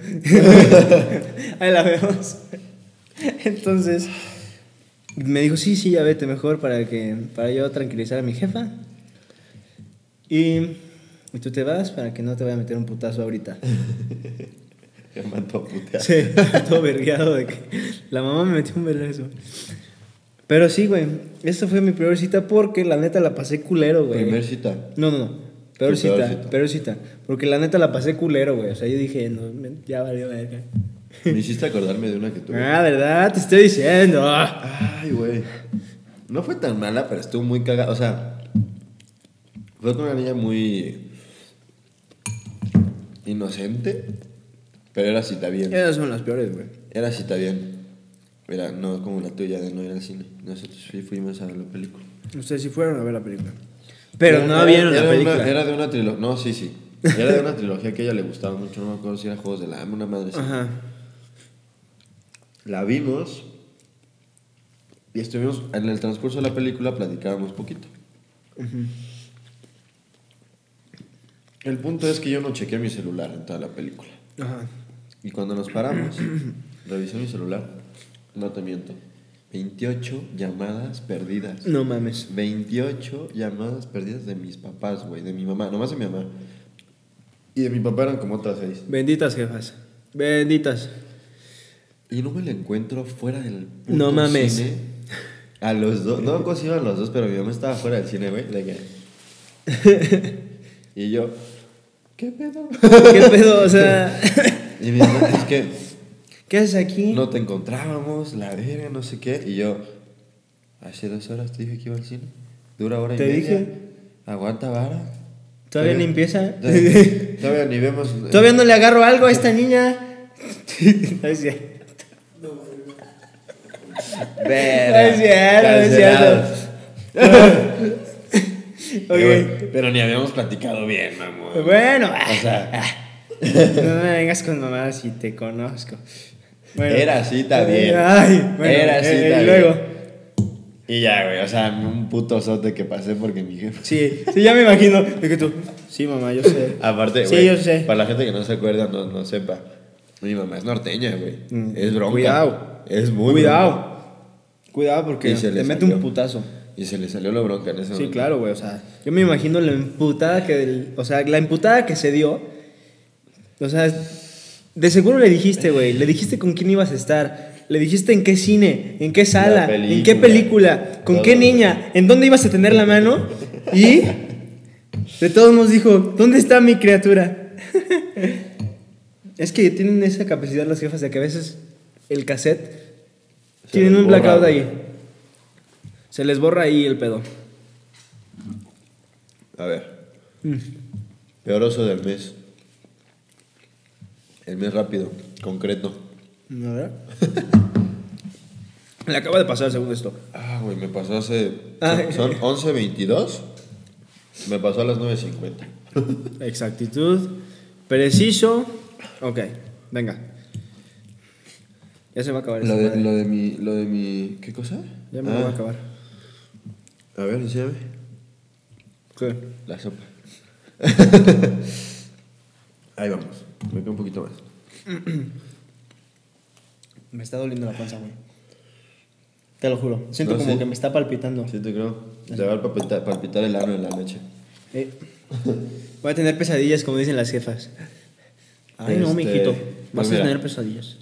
ahí la vemos. Entonces, me dijo, sí, sí, ya vete mejor para, que, para yo tranquilizar a mi jefa. Y, y tú te vas para que no te vaya a meter un putazo ahorita. Me mandó a putear. Sí, todo vergueado de que la mamá me metió un vergazo. Pero sí, güey, esta fue mi peor cita porque la neta la pasé culero, güey. Primer cita. No, no, no. Peor Tu peor cita, cita. peor cita. Porque la neta la pasé culero, güey. O sea, yo dije, no, me- ya valió verga. Me hiciste acordarme de una que tuve. Ah, ¿verdad? Te estoy diciendo. Ah. Ay, güey. No fue tan mala, pero estuvo muy cagada. O sea, fue con una niña muy inocente, pero era cita bien. Esas son las peores, güey. Era cita bien. Era, no como la tuya de no ir al cine. Nosotros sí fuimos a ver la película. Ustedes sí fueron a ver la película. Pero no Era- vieron era la una- película. era de una trilogía. No, sí, sí. Era de una trilogía que a ella le gustaba mucho. No me acuerdo si era Juegos de la Hambre, una madre. así. Ajá. La vimos y estuvimos en el transcurso de la película platicábamos poquito. El punto es que yo no chequeé mi celular en toda la película. Ajá. Y cuando nos paramos, revisé mi celular. No te miento. 28 llamadas perdidas. No mames. 28 llamadas perdidas de mis papás, güey. De mi mamá, nomás de mi mamá. Y de mi papá eran como otras seis. Benditas jefas. Benditas. Y no me lo encuentro fuera del puto No mames. cine. A los dos. No, pues iban los dos, pero mi mamá estaba fuera del cine, güey. De que... Y yo, ¿qué pedo? ¿Qué pedo? O sea, Y mi mamá, es que ¿qué haces aquí? no te encontrábamos, la verga, no sé qué. Y yo, hace dos horas te dije que iba al cine. Dura hora y Te media. dije. Aguanta vara. Todavía ni empieza. Todavía, todavía ni vemos. Todavía no le agarro algo a esta niña. No es cierto. Verga, No es cierto, no es cancelados. Y Ok. bueno, Pero ni habíamos platicado bien, mamón. Bueno, ah, O sea, no me vengas con mamadas si te conozco. Era cita bien. Ay, bueno, Era eh, cita y bien. luego. Y ya, güey, o sea, un puto sote que pasé porque mi jefe. Sí, sí, ya me imagino. De que tú. Sí, mamá, yo sé. Aparte, Sí, güey, yo sé. para la gente que no se acuerda, no, no sepa, mi mamá es norteña, güey. Mm. Es bronca. Cuidado. Es muy bronca. Cuidado. Cuidado porque Y se le te mete salió. un putazo. Y se le salió la bronca en ese Sí, momento. claro, güey. O sea, yo me imagino la emputada que. del- o sea, la emputada que se dio. O sea, de seguro le dijiste, güey. Le dijiste con quién ibas a estar. Le dijiste en qué cine, en qué sala, en qué película. película, con Todo. qué niña, en dónde ibas a tener la mano. Y. De todos nos dijo, ¿dónde está mi criatura? es que tienen esa capacidad las jefas de que a veces el cassette. Se Tienen les un borra, blackout güey. ahí. Se les borra ahí el pedo. A ver. Mm. Peor oso del mes. El mes rápido, concreto. A ver. Le acaba de pasar, según esto. Ah, güey, me pasó hace. Ay. Son, son 11.22. Me pasó a las 9.50. Exactitud. Preciso. Ok, venga. Ya se va a acabar Lo esta de, madre. lo de mi. Lo de mi. ¿Qué cosa? Ya me Ah, lo va a acabar. A ver, enséñame. ¿Qué? La sopa. Ahí vamos. Me queda un poquito más. Me está doliendo la panza, güey. Te lo juro. Siento No, como sí. que me está palpitando. Sí, te creo. Te va a palpitar, palpitar el ano en la noche. Eh, Voy a tener pesadillas, como dicen las jefas. Ay, no, Este, mijito. pues Vas mira. a tener pesadillas.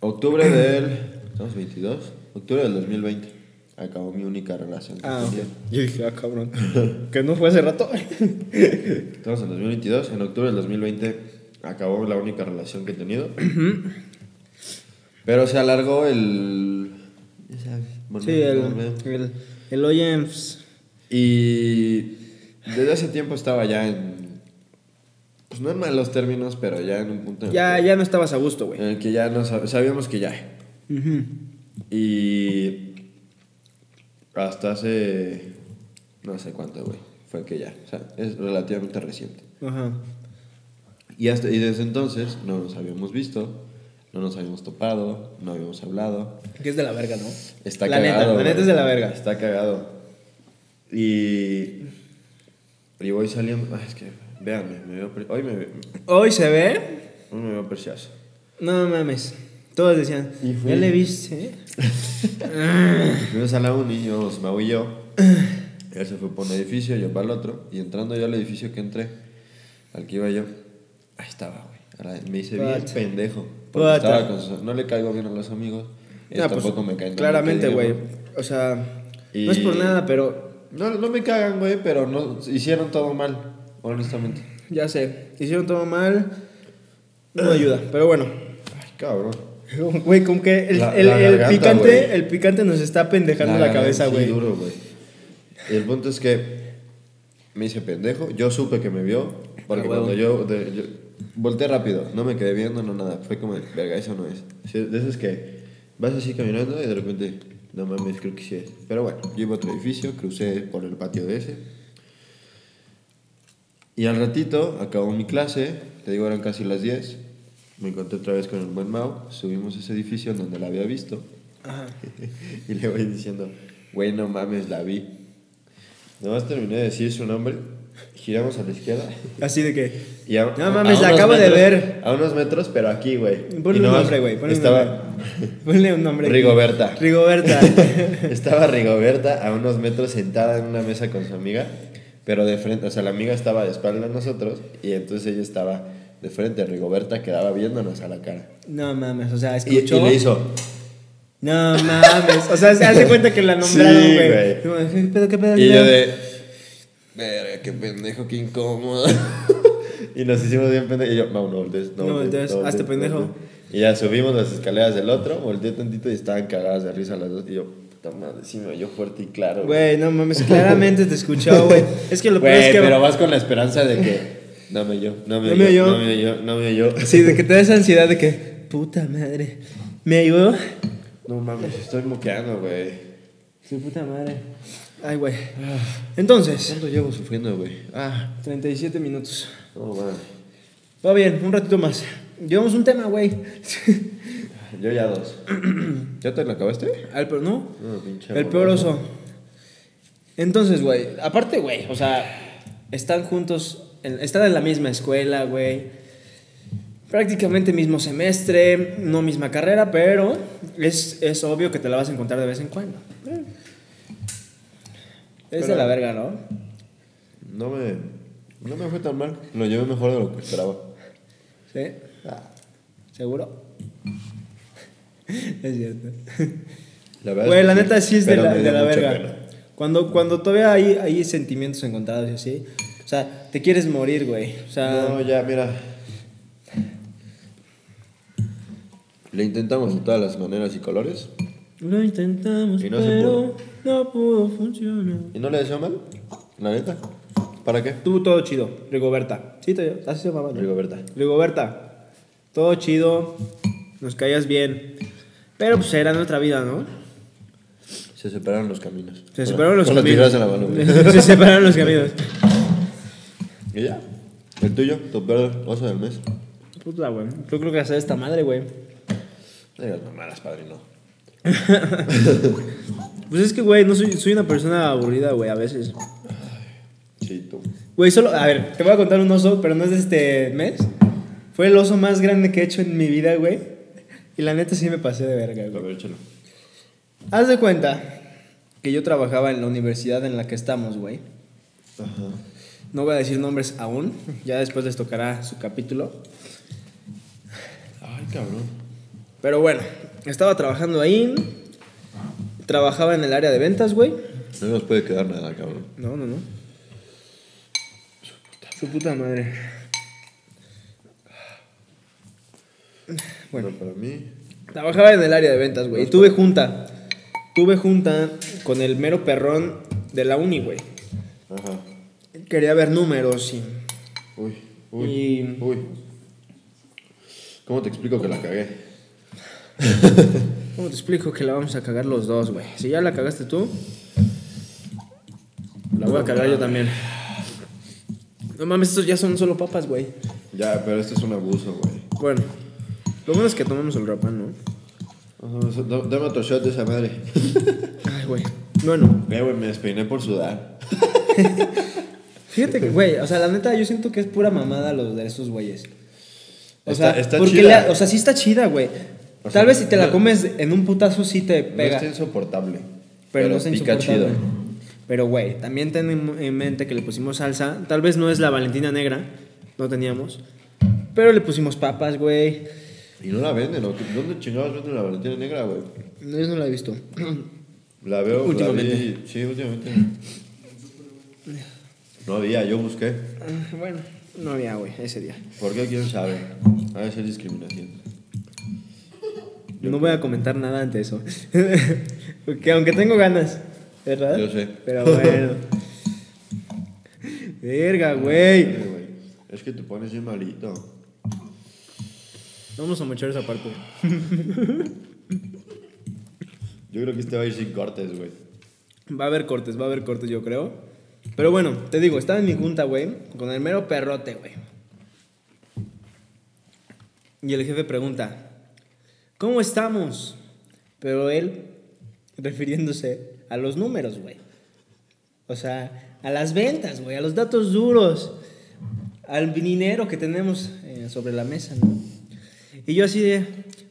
Octubre del. ¿Estamos 22? Octubre del 2020. Acabó mi única relación. que Ah, tenía. ok. Yo dije, ah, cabrón. ¿Que no fue hace rato? Estamos en 2022. En octubre del 2020 acabó la única relación que he tenido. Pero se alargó el. Ya sabes. bueno, sí, el, no, no. el, el OEMs. Y desde hace tiempo estaba ya en. Pues no en malos términos, pero ya en un punto en, Ya, el, ya no estabas a gusto, que, güey. en el que ya no sab- sabíamos que ya. Ujú. Y. Hasta hace. No sé cuánto, güey. Fue que ya. O sea, es relativamente reciente. Ajá. Y, hasta, y desde entonces no nos habíamos visto, no nos habíamos topado, no habíamos hablado. Que es de la verga, ¿no? Está la cagado. neta, la güey. neta es de la verga. Está cagado. Y. Y voy saliendo. ay, es que. Véanme, me veo pre- hoy, me, ve- Hoy se ve. hoy me veo precioso. No mames. Todos decían, Y fui. ¿ya le viste? Fuimos a la uni, íbamos, Mau y yo. Él se fue por un edificio, yo para el otro. Y entrando yo al edificio que entré, al que iba yo, ahí estaba, güey. Ahora, Me hice bien Puta. pendejo. Porque Puta. estaba con sus- no le caigo bien a los amigos. Ellos No, pues, tampoco me caen tan bien, Claramente, que güey. digamos. O sea, Y- no es por nada, pero No, no me cagan, güey, pero no, hicieron todo mal, honestamente. ya sé. Hicieron todo mal. No ayuda. Pero bueno. Ay, cabrón. Güey, como que el, La- el- la el garganta, picante, güey. el picante nos está pendejando la, agarré cabeza, así güey. duro, güey. Y el punto es que me hice pendejo. Yo supe que me vio. Porque Ah, cuando huevo. yo, de- yo- Volteé rápido. No me quedé viendo, no nada. Fue como, verga, eso no es. Sí, De esas que vas así caminando y de repente, no mames, creo que sí es. Pero bueno, yo iba a otro edificio, crucé por el patio de ese. Y al ratito acabó mi clase, te digo eran casi las 10, me encontré otra vez con el buen Mau, subimos a ese edificio en donde la había visto Ajá. y le voy diciendo, güey, no mames, la vi. Nomás terminé de decir su nombre, giramos a la izquierda. Así de que. Y a- No mames, a la unos acabo de metros- ver. A unos metros, pero aquí, güey. Ponle Y un nomás nombre, güey. Ponle, un Estaba nombre. Ponle un nombre. Rigoberta. Rigoberta. Estaba Rigoberta a unos metros sentada en una mesa con su amiga, pero de frente, o sea, la amiga estaba de espalda a nosotros y entonces ella estaba de frente, Rigoberta quedaba viéndonos a la cara. no mames, o sea, Y, escuchó. y le hizo, No mames. O sea, se hace cuenta que la nombraron, Sí, güey. No, ¿Qué pedo, qué pedo? y qué yo pedo? de, verga, qué pendejo, qué incómodo. y nos hicimos bien pendejos. Y yo, Mau, no voltees, no No voltees, hazte voltees, pendejo". voltees". Y ya subimos las escaleras del otro, volteé tantito y estaban cagadas de risa las dos. Y yo, puta madre, sí me oyó fuerte y claro. Güey, no mames, claramente te escuchó, güey. Es que lo peor Güey, es que. pero vas con la esperanza de que. No me oyó, no me No me oyó, oyó. no me oyó, no me oyó. Sí, de que te da esa ansiedad de que. Puta madre. ¿Me ayudó? No mames, estoy moqueando, güey. Sí, puta madre. Ah. Ay, güey. Entonces, ¿Cuánto llevo sufriendo, güey? Ah, 37 minutos. no mames. Va bien, un ratito más. Llevamos un tema, güey. Yo ya dos. ¿Ya te lo acabaste? Al peor, ¿no? No, pinche El peor borracho. oso. Entonces, güey, aparte, güey, o sea, están juntos, en- están en la misma escuela, güey. Prácticamente mismo semestre, no misma carrera, pero es, es obvio que te la vas a encontrar de vez en cuando. Eh. Es de Pero- la verga, ¿no? No me, no me fue tan mal. Lo llevé mejor de lo que esperaba. ¿Sí? Ah. ¿Seguro? es cierto. La Güey, es la que neta sí es de pero la, me de dio la mucha verga. pena. Cuando, cuando todavía hay, hay sentimientos encontrados y así. O sea, te quieres morir, güey. O sea, No, ya, mira. Le intentamos de todas las maneras y colores. lo intentamos, Y no se pero no pudo funcionar. ¿Y no le deseo mal? La neta. ¿Para qué? Tuvo todo chido, Rigoberta. Sí, te así se llamaba, ¿no? Rigoberta. Rigoberta, todo chido, nos caías bien. Pero pues era nuestra vida, ¿no? Se separaron los caminos. Se separaron los Con las tijeras en la mano, güey. se separaron los caminos. ¿Y ya? ¿El tuyo? ¿Tu peor oso del mes? Puta, güey. Yo creo que hacer esta madre, güey. No digas mamadas, padrino. Pues es que, güey, no soy, soy una persona aburrida, güey, a veces. Sí, tú. Güey, solo, a ver, te voy a contar un oso, pero no es de este mes. Fue el oso más grande que he hecho en mi vida, güey. Y la neta sí me pasé de verga, A güey. ver, échalo. Haz de cuenta que yo trabajaba en la universidad en la que estamos, güey. Ajá. No voy a decir nombres aún, ya después les tocará su capítulo. Ay, cabrón. Pero bueno, estaba trabajando ahí. Trabajaba en el área de ventas, güey. No nos puede quedar nada, cabrón. No, no, no. Su puta madre. Bueno. Bueno, para mí. Trabajaba en el área de ventas, güey. Y tuve junta. Tuve junta con el mero perrón de la uni, güey. Ajá. Quería ver números y. Uy, uy, Y- uy. ¿Cómo te explico que la cagué? ¿Cómo te explico que la vamos a cagar los dos, güey? Si ya la cagaste tú, la voy a cagar yo también. No mames, estos ya son solo papas, güey. Ya, pero esto es un abuso, güey. Bueno, lo bueno es que tomamos el rapán, ¿no? Ajá, o sea, da- Dame otro shot de esa madre. Ay, güey. Bueno, Ve, güey, me despeiné por sudar. Fíjate que, güey, o sea, la neta, yo siento que es pura mamada los de esos güeyes. O Está- sea, está porque chida. la- o sea, sí está chida, güey. O sea, Tal vez si te la no- comes en un putazo sí te No pega. está insoportable. pero, no está pica insoportable. chido. Pero güey, también ten en en mente que le pusimos salsa. Tal vez no es la Valentina negra, no teníamos. Pero le pusimos papas, güey. Y no la venden, ¿no? ¿Dónde chingados venden la Valentina Negra, güey? No, yo no la he visto. La veo. la Últimamente. vi- sí, últimamente. No había, yo busqué. bueno, no había, güey, ese día. ¿Por qué? ¿Quién sabe? A veces discriminación. Yo no voy a comentar nada ante eso. Porque aunque tengo ganas, ¿verdad? Yo sé. Pero bueno. Verga, güey. Ay, güey, Es que te pones bien malito. Vamos a mochar esa parte. Yo creo que este va a ir sin cortes, güey. Va a haber cortes, va a haber cortes, yo creo. Pero bueno, te digo, estaba en mi junta, güey, con el mero perrote, güey. Y el jefe pregunta, ¿cómo estamos? Pero él, refiriéndose a los números, güey. O sea, a las ventas, güey, a los datos duros, al dinero que tenemos eh, sobre la mesa, ¿no? Y yo así de,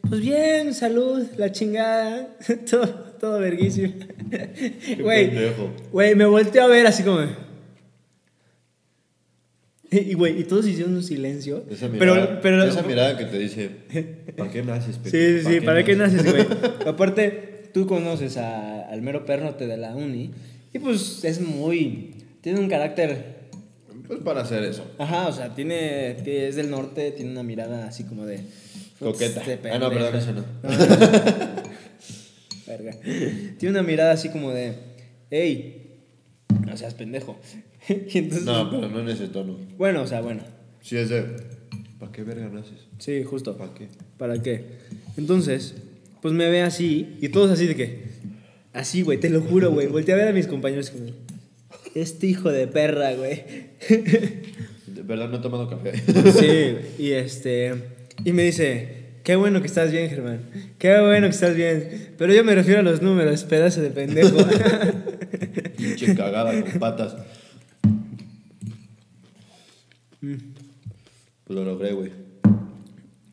pues bien, salud, la chingada, todo, todo verguísimo. Güey, pendejo. güey, me volteó a ver así como... Y, güey, y todos hicieron un silencio. Esa pero, mirada, pero, esa mirada que te dice, ¿para qué naces, Sí, sí, sí, ¿para qué naces? naces, güey? Aparte, tú conoces a- al mero perrote de la uni y pues es muy... Tiene un carácter... Pues para hacer eso. Ajá, o sea, tiene... Es del norte, tiene una mirada así como de... Coqueta. Este Ah, no, pendejo. perdón, eso no. Verga. Tiene una mirada así como de... Ey, no seas pendejo. y entonces... No, pues. pero no en ese tono. Bueno, o sea, bueno. Sí, es de, ¿para qué verga naces? Sí, justo. ¿Para qué? ¿Para qué? Entonces, pues me ve así y todos así de que. Así, güey, te lo juro, güey. Volteé a ver a mis compañeros como. Este hijo de perra, güey. De verdad no he tomado café. Sí, y este. Y me dice: Qué bueno que estás bien, Germán. Qué bueno que estás bien. Pero yo me refiero a los números, pedazo de pendejo. Pinche cagada con patas. Mm. Pues lo logré, güey.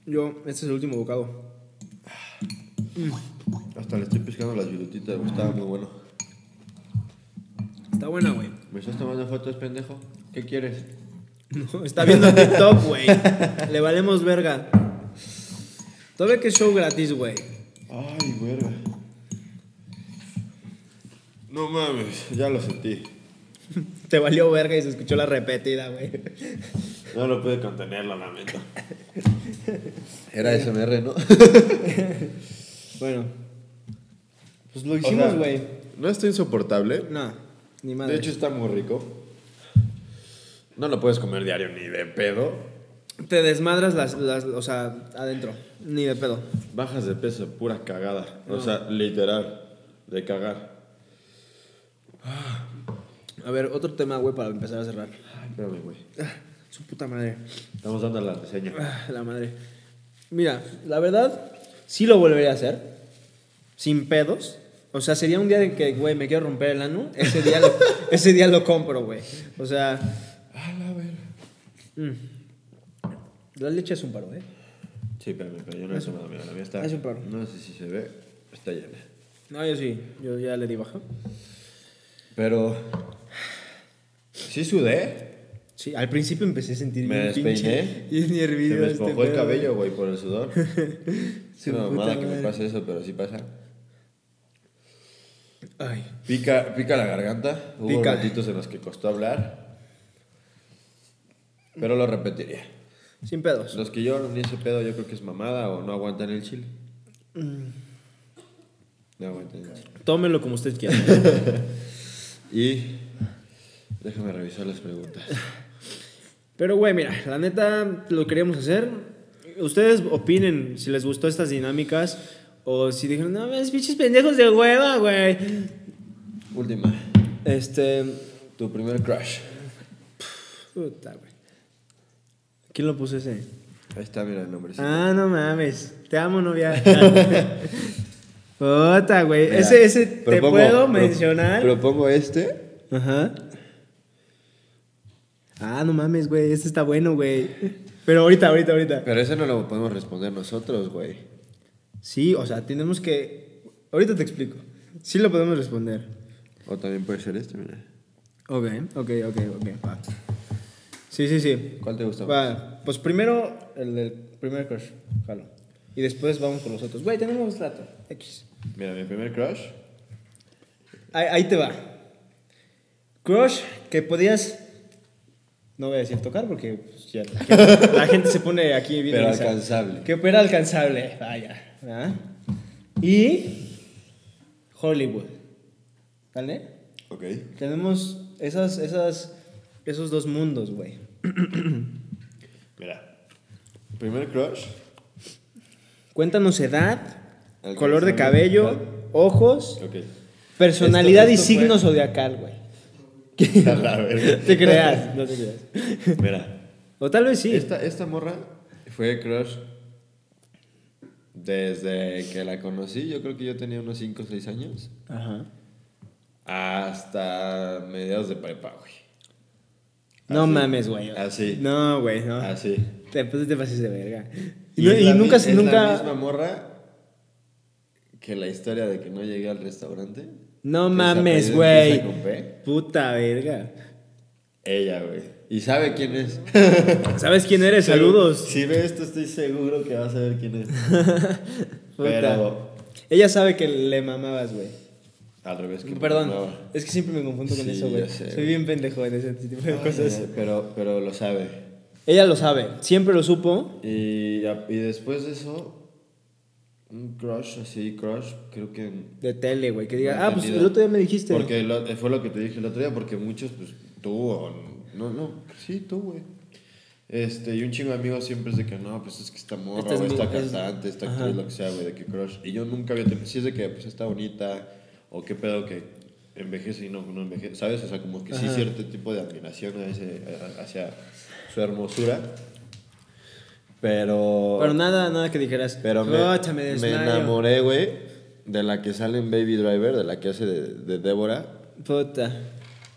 yo, este es el último bocado. Hasta le estoy pescando las virutitas, güey. Estaba muy bueno. Está buena, güey. ¿Me estás tomando fotos, pendejo? ¿Qué quieres? No, está viendo TikTok, güey. Le valemos verga. Todavía que show gratis, güey. Ay, verga. No mames, ya lo sentí. Te valió verga y se escuchó la repetida, güey. No lo pude contener, lo lamento. Era SMR, ¿no? Bueno. Pues lo O sea, hicimos, güey. No está insoportable. no, ni madre. De hecho, está muy rico. No lo puedes comer diario ni de pedo. te desmadras las, las, o sea, adentro. Ni de pedo. Bajas de peso, pura cagada. O sea, literal, de cagar. A ver, otro tema, güey, para empezar a cerrar. Ay, espérame, güey. Ah, Su puta madre. Estamos dando la reseña. Ah, La madre. Mira, la verdad, sí lo volvería a hacer. Sin pedos. O sea, sería un día en que, güey, me quiero romper el ano. Ese día lo, ese día lo compro, güey. O sea. Mm. La leche es un paro, ¿eh? Sí, espérame, pero yo no he tomado. Mira, la mía está. Es un perro. No sé si se ve, está llena. No, yo sí. Yo ya le di baja. Pero. Sí sudé. Sí, al principio empecé a sentir Me bien pinche. despeiné. Y ni Se hervido me este espojó el pedo, güey. cabello, güey, por el sudor. Es Su una puta mamada que me madre. pase eso, pero sí pasa. Ay. Pica, pica la garganta. Hubo Pica. ratitos en los que costó hablar. Pero lo repetiría. Sin pedos. Los que lloran ni ese pedo, yo creo que es mamada o no aguantan el chile. Mm. No aguantan el chile. Tómelo como usted quiera. Y. Déjame revisar las preguntas. Pero, güey, mira, la neta lo queríamos hacer. Ustedes opinen si les gustó estas dinámicas o si dijeron, no, es bichos pendejos de hueva, güey. Última. Este. Tu primer crush. Puta, güey. ¿Quién lo puso ese? Ahí está, mira el nombre. Ah, no mames. Te amo, novia. Puta, güey. Ese, ese, te puedo mencionar. Propongo este. Ajá. Ah, no mames, güey. Este está bueno, güey. Pero ahorita, ahorita, ahorita. Pero ese no lo podemos responder nosotros, güey. Sí, o sea, tenemos que... Ahorita te explico. Sí lo podemos responder. O también puede ser este, mira. Ok, ok, ok, ok. va. Sí, sí, sí. ¿Cuál te gustó? Va, pues primero el del primer crush, jalo. Y después vamos con los otros. Güey, tenemos rato. X. Mira, mi primer crush. Ahí, ahí te va. Crush que podías. No voy a decir tocar porque pues, ya la, gente, la gente se pone aquí bien. Pero organizada. alcanzable. Que era alcanzable, vaya. ¿verdad? Y. Hollywood. ¿Vale? Ok. Tenemos esas, esas, esos dos mundos, güey. Mira. Primer crush. Cuéntanos edad, Alcanzable, color de cabello, ¿verdad? ojos, Ok. personalidad Esto- esto y fue- signos zodiacal, güey. A la verga. te creas, no te creas. Mira. O tal vez sí. Esta, esta morra fue crush desde que la conocí. Yo creo que yo tenía unos 5 o 6 años. Ah, Ajá. Hasta mediados de prepa, güey. No Así. mames, güey. Así. No, güey, no. Así. Te, pues, te pases de verga. Y, Ah, no- es y la mi- nunca, es nunca. la misma morra que la historia de que no llegué al restaurante. no que se mames, apellida- güey. empieza con P. Puta verga. Ella, güey. Y sabe quién es. ¿Sabes quién eres? Saludos. Si ve esto, estoy seguro que va a saber quién es. Puta. Pero- Ella sabe que le mamabas, güey. Al revés. que Perdón, no. es que siempre me confundo con Sí, eso, güey. ya sé, Soy güey. Ah, bien pendejo en ese tipo de Ay, cosas. Eh, Pero, pero lo sabe. Ella lo sabe, siempre lo supo. Y, a- y después de eso, un crush, así, crush, creo que... De tele, güey, que no diga, he ah, pues entendido. el otro día me dijiste. Porque lo- eh, fue lo que te dije el otro día, porque muchos, pues tú, o no, no, sí, tú, güey. Este, y un chingo de amigos siempre es de que no, pues es que está morra, Esta Este es o mi- esta es- cantante, esta Ajá. actriz, lo que sea, güey, de que crush. Y yo nunca había tenido, si es de que, pues está bonita, o qué pedo que envejece y no, no envejece, ¿sabes? O sea, como que sí Ajá. cierto tipo de admiración a ese- a- hacia su hermosura. Pero. Pero nada, nada que dijeras. Pero me, "Rocha, me, me desmayo". enamoré, güey, de la que sale en Baby Driver, de la que hace de, de Débora. Puta.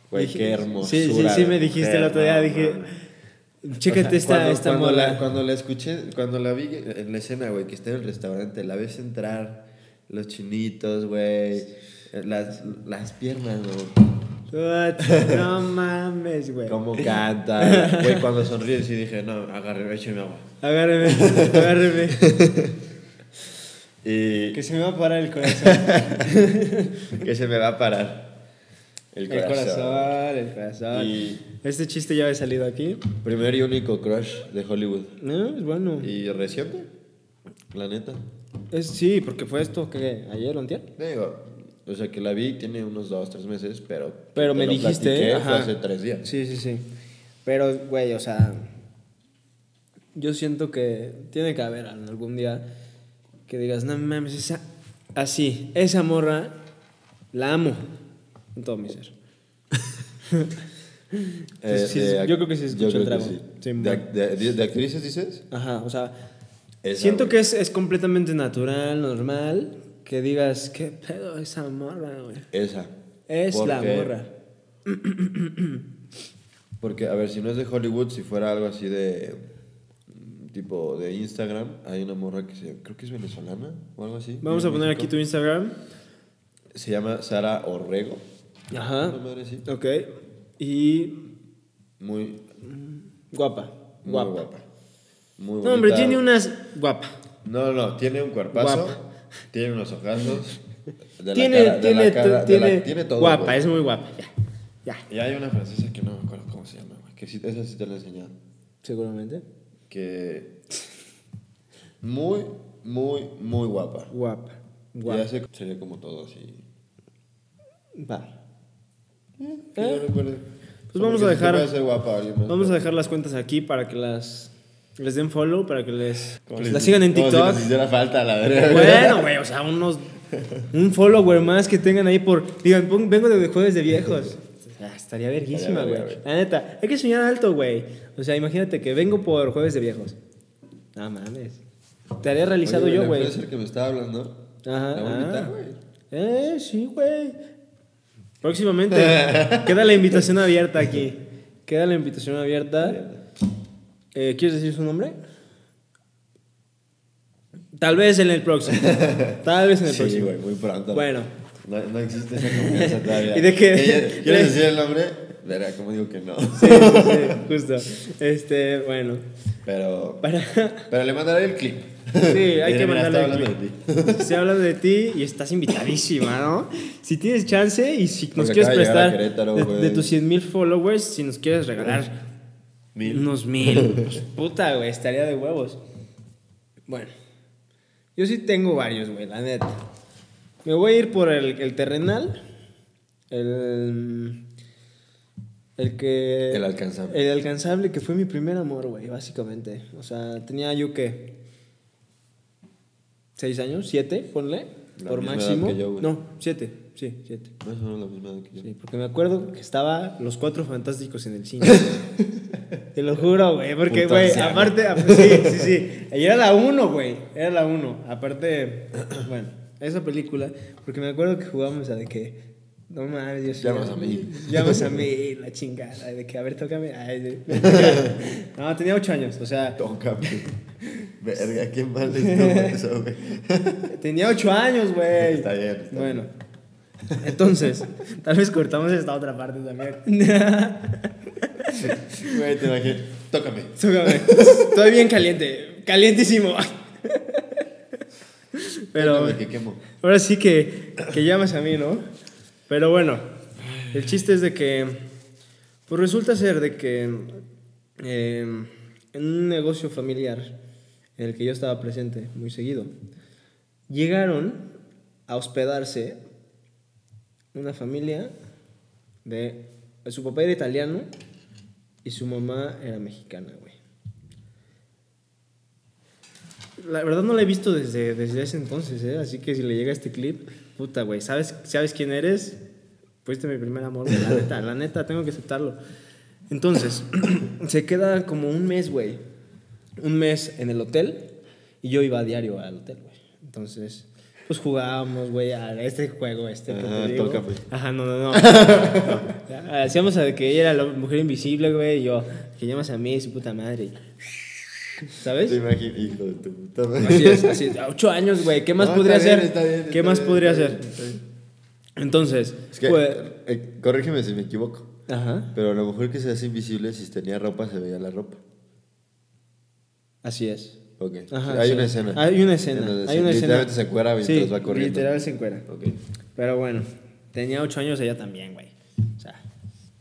Güey, Dije- qué hermosura. Sí, sí, sí, me de dijiste mujer, el otro día, no dije, mames. chécate O sea, esta, cuando- esta cuando mola. La, cuando la escuché, cuando la vi en la escena, güey, que está en el restaurante, la ves entrar, los chinitos, güey, las, las piernas, güey, Puta, no mames, güey. cómo canta. Güey, cuando sonríe, sí dije, no, agarré, écheme agua. Agárreme, agárreme. Y que se me va a parar el corazón. que se me va a parar el El corazón. corazón, el corazón. Y- Este chiste ya había salido aquí. Primer y único crush de Hollywood. No, Ah, es bueno. ¿Y reciente? La neta. Es, sí, porque fue esto que ayer o antier. Digo, o sea que la vi tiene unos dos, tres meses, pero. Pero te me lo dijiste, platiqué, ajá. fue hace tres días. Sí, sí, sí. Pero, güey, o sea, yo siento que tiene que haber algún día que digas, no mames, esa, así, esa morra, la amo en todo mi ser. Entonces, sí, Eh, de ac- yo creo que sí escucho creo el que trago. sí. Sí, de, bueno. ac- de- de- de actrices dices? Ajá, o sea, Esa, siento güey. que es, es completamente natural, normal, que digas, qué pedo esa morra, güey. Esa. Es la Porque- morra. Porque, a ver, si no es de Hollywood, si fuera algo así de. mm, tipo de Instagram, hay una morra que se. creo que es venezolana o algo así. Vamos a vive en poner aquí México. tu Instagram. Se llama Sara Orrego. Ajá. Una madre así. Ok. Y Muy, guapa. Muy Guapa. guapa. Muy No, hombre, bonita. tiene unas. Guapa. No, no, tiene un cuerpazo. Guapa. Tiene unos ojazos. de la tiene, cara- de la tiene, cara- de tiene, la- tiene todo. Guapa, güey. es muy guapa. Ya. Ya. Y hay una francesa que no me acuerdo cómo se llama, güey. Que sí, esa sí te la he enseñado. Seguramente. Que. Muy, muy, muy guapa. Guapa. Y Guapa. ¿Eh? hace sería como todo así. Va. Que yo recuerde. Pues vamos a sí dejar- Puede ser guapa alguien más, Vamos a pero- dejar las cuentas aquí para que las. Les den follow, para que les. Como las si- sigan en como si TikTok. nos hiciera falta, la verdad. Bueno, güey, o sea, unos. Un follower más que tengan ahí por. Digan, pon- vengo de jueves de viejos. Ah, estaría verguísima, Estaría güey. verga, La neta, hay que soñar alto, güey. O sea, imagínate que vengo por jueves de viejos. No mames. Te haría realizado Oye, yo, la güey. influencer que me estaba hablando. Ajá. La voy a invitar, ah. güey. Eh, sí, güey. Próximamente. queda la invitación abierta aquí. Queda la invitación abierta. Eh, ¿Quieres decir su nombre? Tal vez en el próximo. Tal vez en el Sí, próximo. güey, muy pronto. Bueno. No, no existe esa confianza todavía. ¿Y de qué? Ella- ¿Quieres decir el nombre? Verá, ¿cómo digo que no? Sí, sí, justo. Este, bueno. Pero, Para, pero le mandaré el clip. Sí, hay Mira, que mira, mandarle estaba el hablando clip. de ti. Estoy hablando de ti y estás invitadísima, ¿no? Si tienes chance y si nos Porque quieres acaba de llegar a prestar Querétaro, de, güey. de tus 100 mil followers, si nos quieres regalar Mil. unos mil. pues, puta, güey, estaría de huevos. Bueno, yo sí tengo varios, güey, la neta. Me voy a ir por el, el terrenal. El. El que. El alcanzable. El alcanzable que fue mi primer amor, güey, básicamente. O sea, tenía yo que. ¿Seis años? ¿Siete? Ponle. La por misma edad máximo. que yo, güey. no, siete. Sí, siete. No es la misma edad que yo. Sí, porque me acuerdo que estaba Los Cuatro Fantásticos en el cine. Te lo juro, güey, porque, Puto güey, anciano. aparte, ap- sí, sí, sí. Y era la uno, güey, era la uno. Aparte, bueno, esa película, porque me acuerdo que jugábamos a de que, no mames, yo soy- Llamas a mí. Llamas a mí, la chingada, de que, a ver, tócame. Ay, de- no, tenía ocho años, o sea, Tócame. Verga, qué mal estuvo eso, güey. tenía ocho años, güey. Está bien, está bien. Bueno, entonces, tal vez cortamos esta otra parte también. Güey, te imaginé. Tócame. Súbame. Estoy bien caliente, calientísimo. Pero Tócame que quemo. ahora sí que, que llamas a mí, ¿no? Pero bueno, el chiste es de que, pues resulta ser de que eh, en un negocio familiar en el que yo estaba presente muy seguido, llegaron a hospedarse una familia de... Su papá era italiano y su mamá era mexicana, güey. La verdad no la he visto desde, desde ese entonces, ¿eh? Así que si le llega este clip, puta, güey, ¿sabes, ¿sabes quién eres? Fuiste mi primer amor, güey, la neta, la neta, tengo que aceptarlo. Entonces, se queda como un mes, güey. Un mes en el hotel y yo iba a diario al hotel, güey. Entonces, pues jugábamos, güey, a este juego, este. que te Ajá, digo. tócame. Ajá, no, no, no. No. Hacíamos a que ella era la mujer invisible, güey, y yo, que llamas a mí, su puta madre. ¿Sabes? Te imaginé, hijo de tu puta madre. Así es, así es. A ocho años, güey. ¿Qué más No, podría está bien, hacer? está bien, ¿Qué está más bien, podría está hacer? bien, está bien. Entonces, Es que, pues, eh, corrígeme si me equivoco. ajá, Pero a lo mejor que se hace invisible, si tenía ropa, se veía la ropa. así es. Ok. Ajá, hay sí. una escena. Hay una escena. En donde Hay se- una literalmente escena. se encuera mientras Sí, va corriendo. Literal se encuera. Ok. Pero bueno, tenía ocho años ella también, güey. O sea,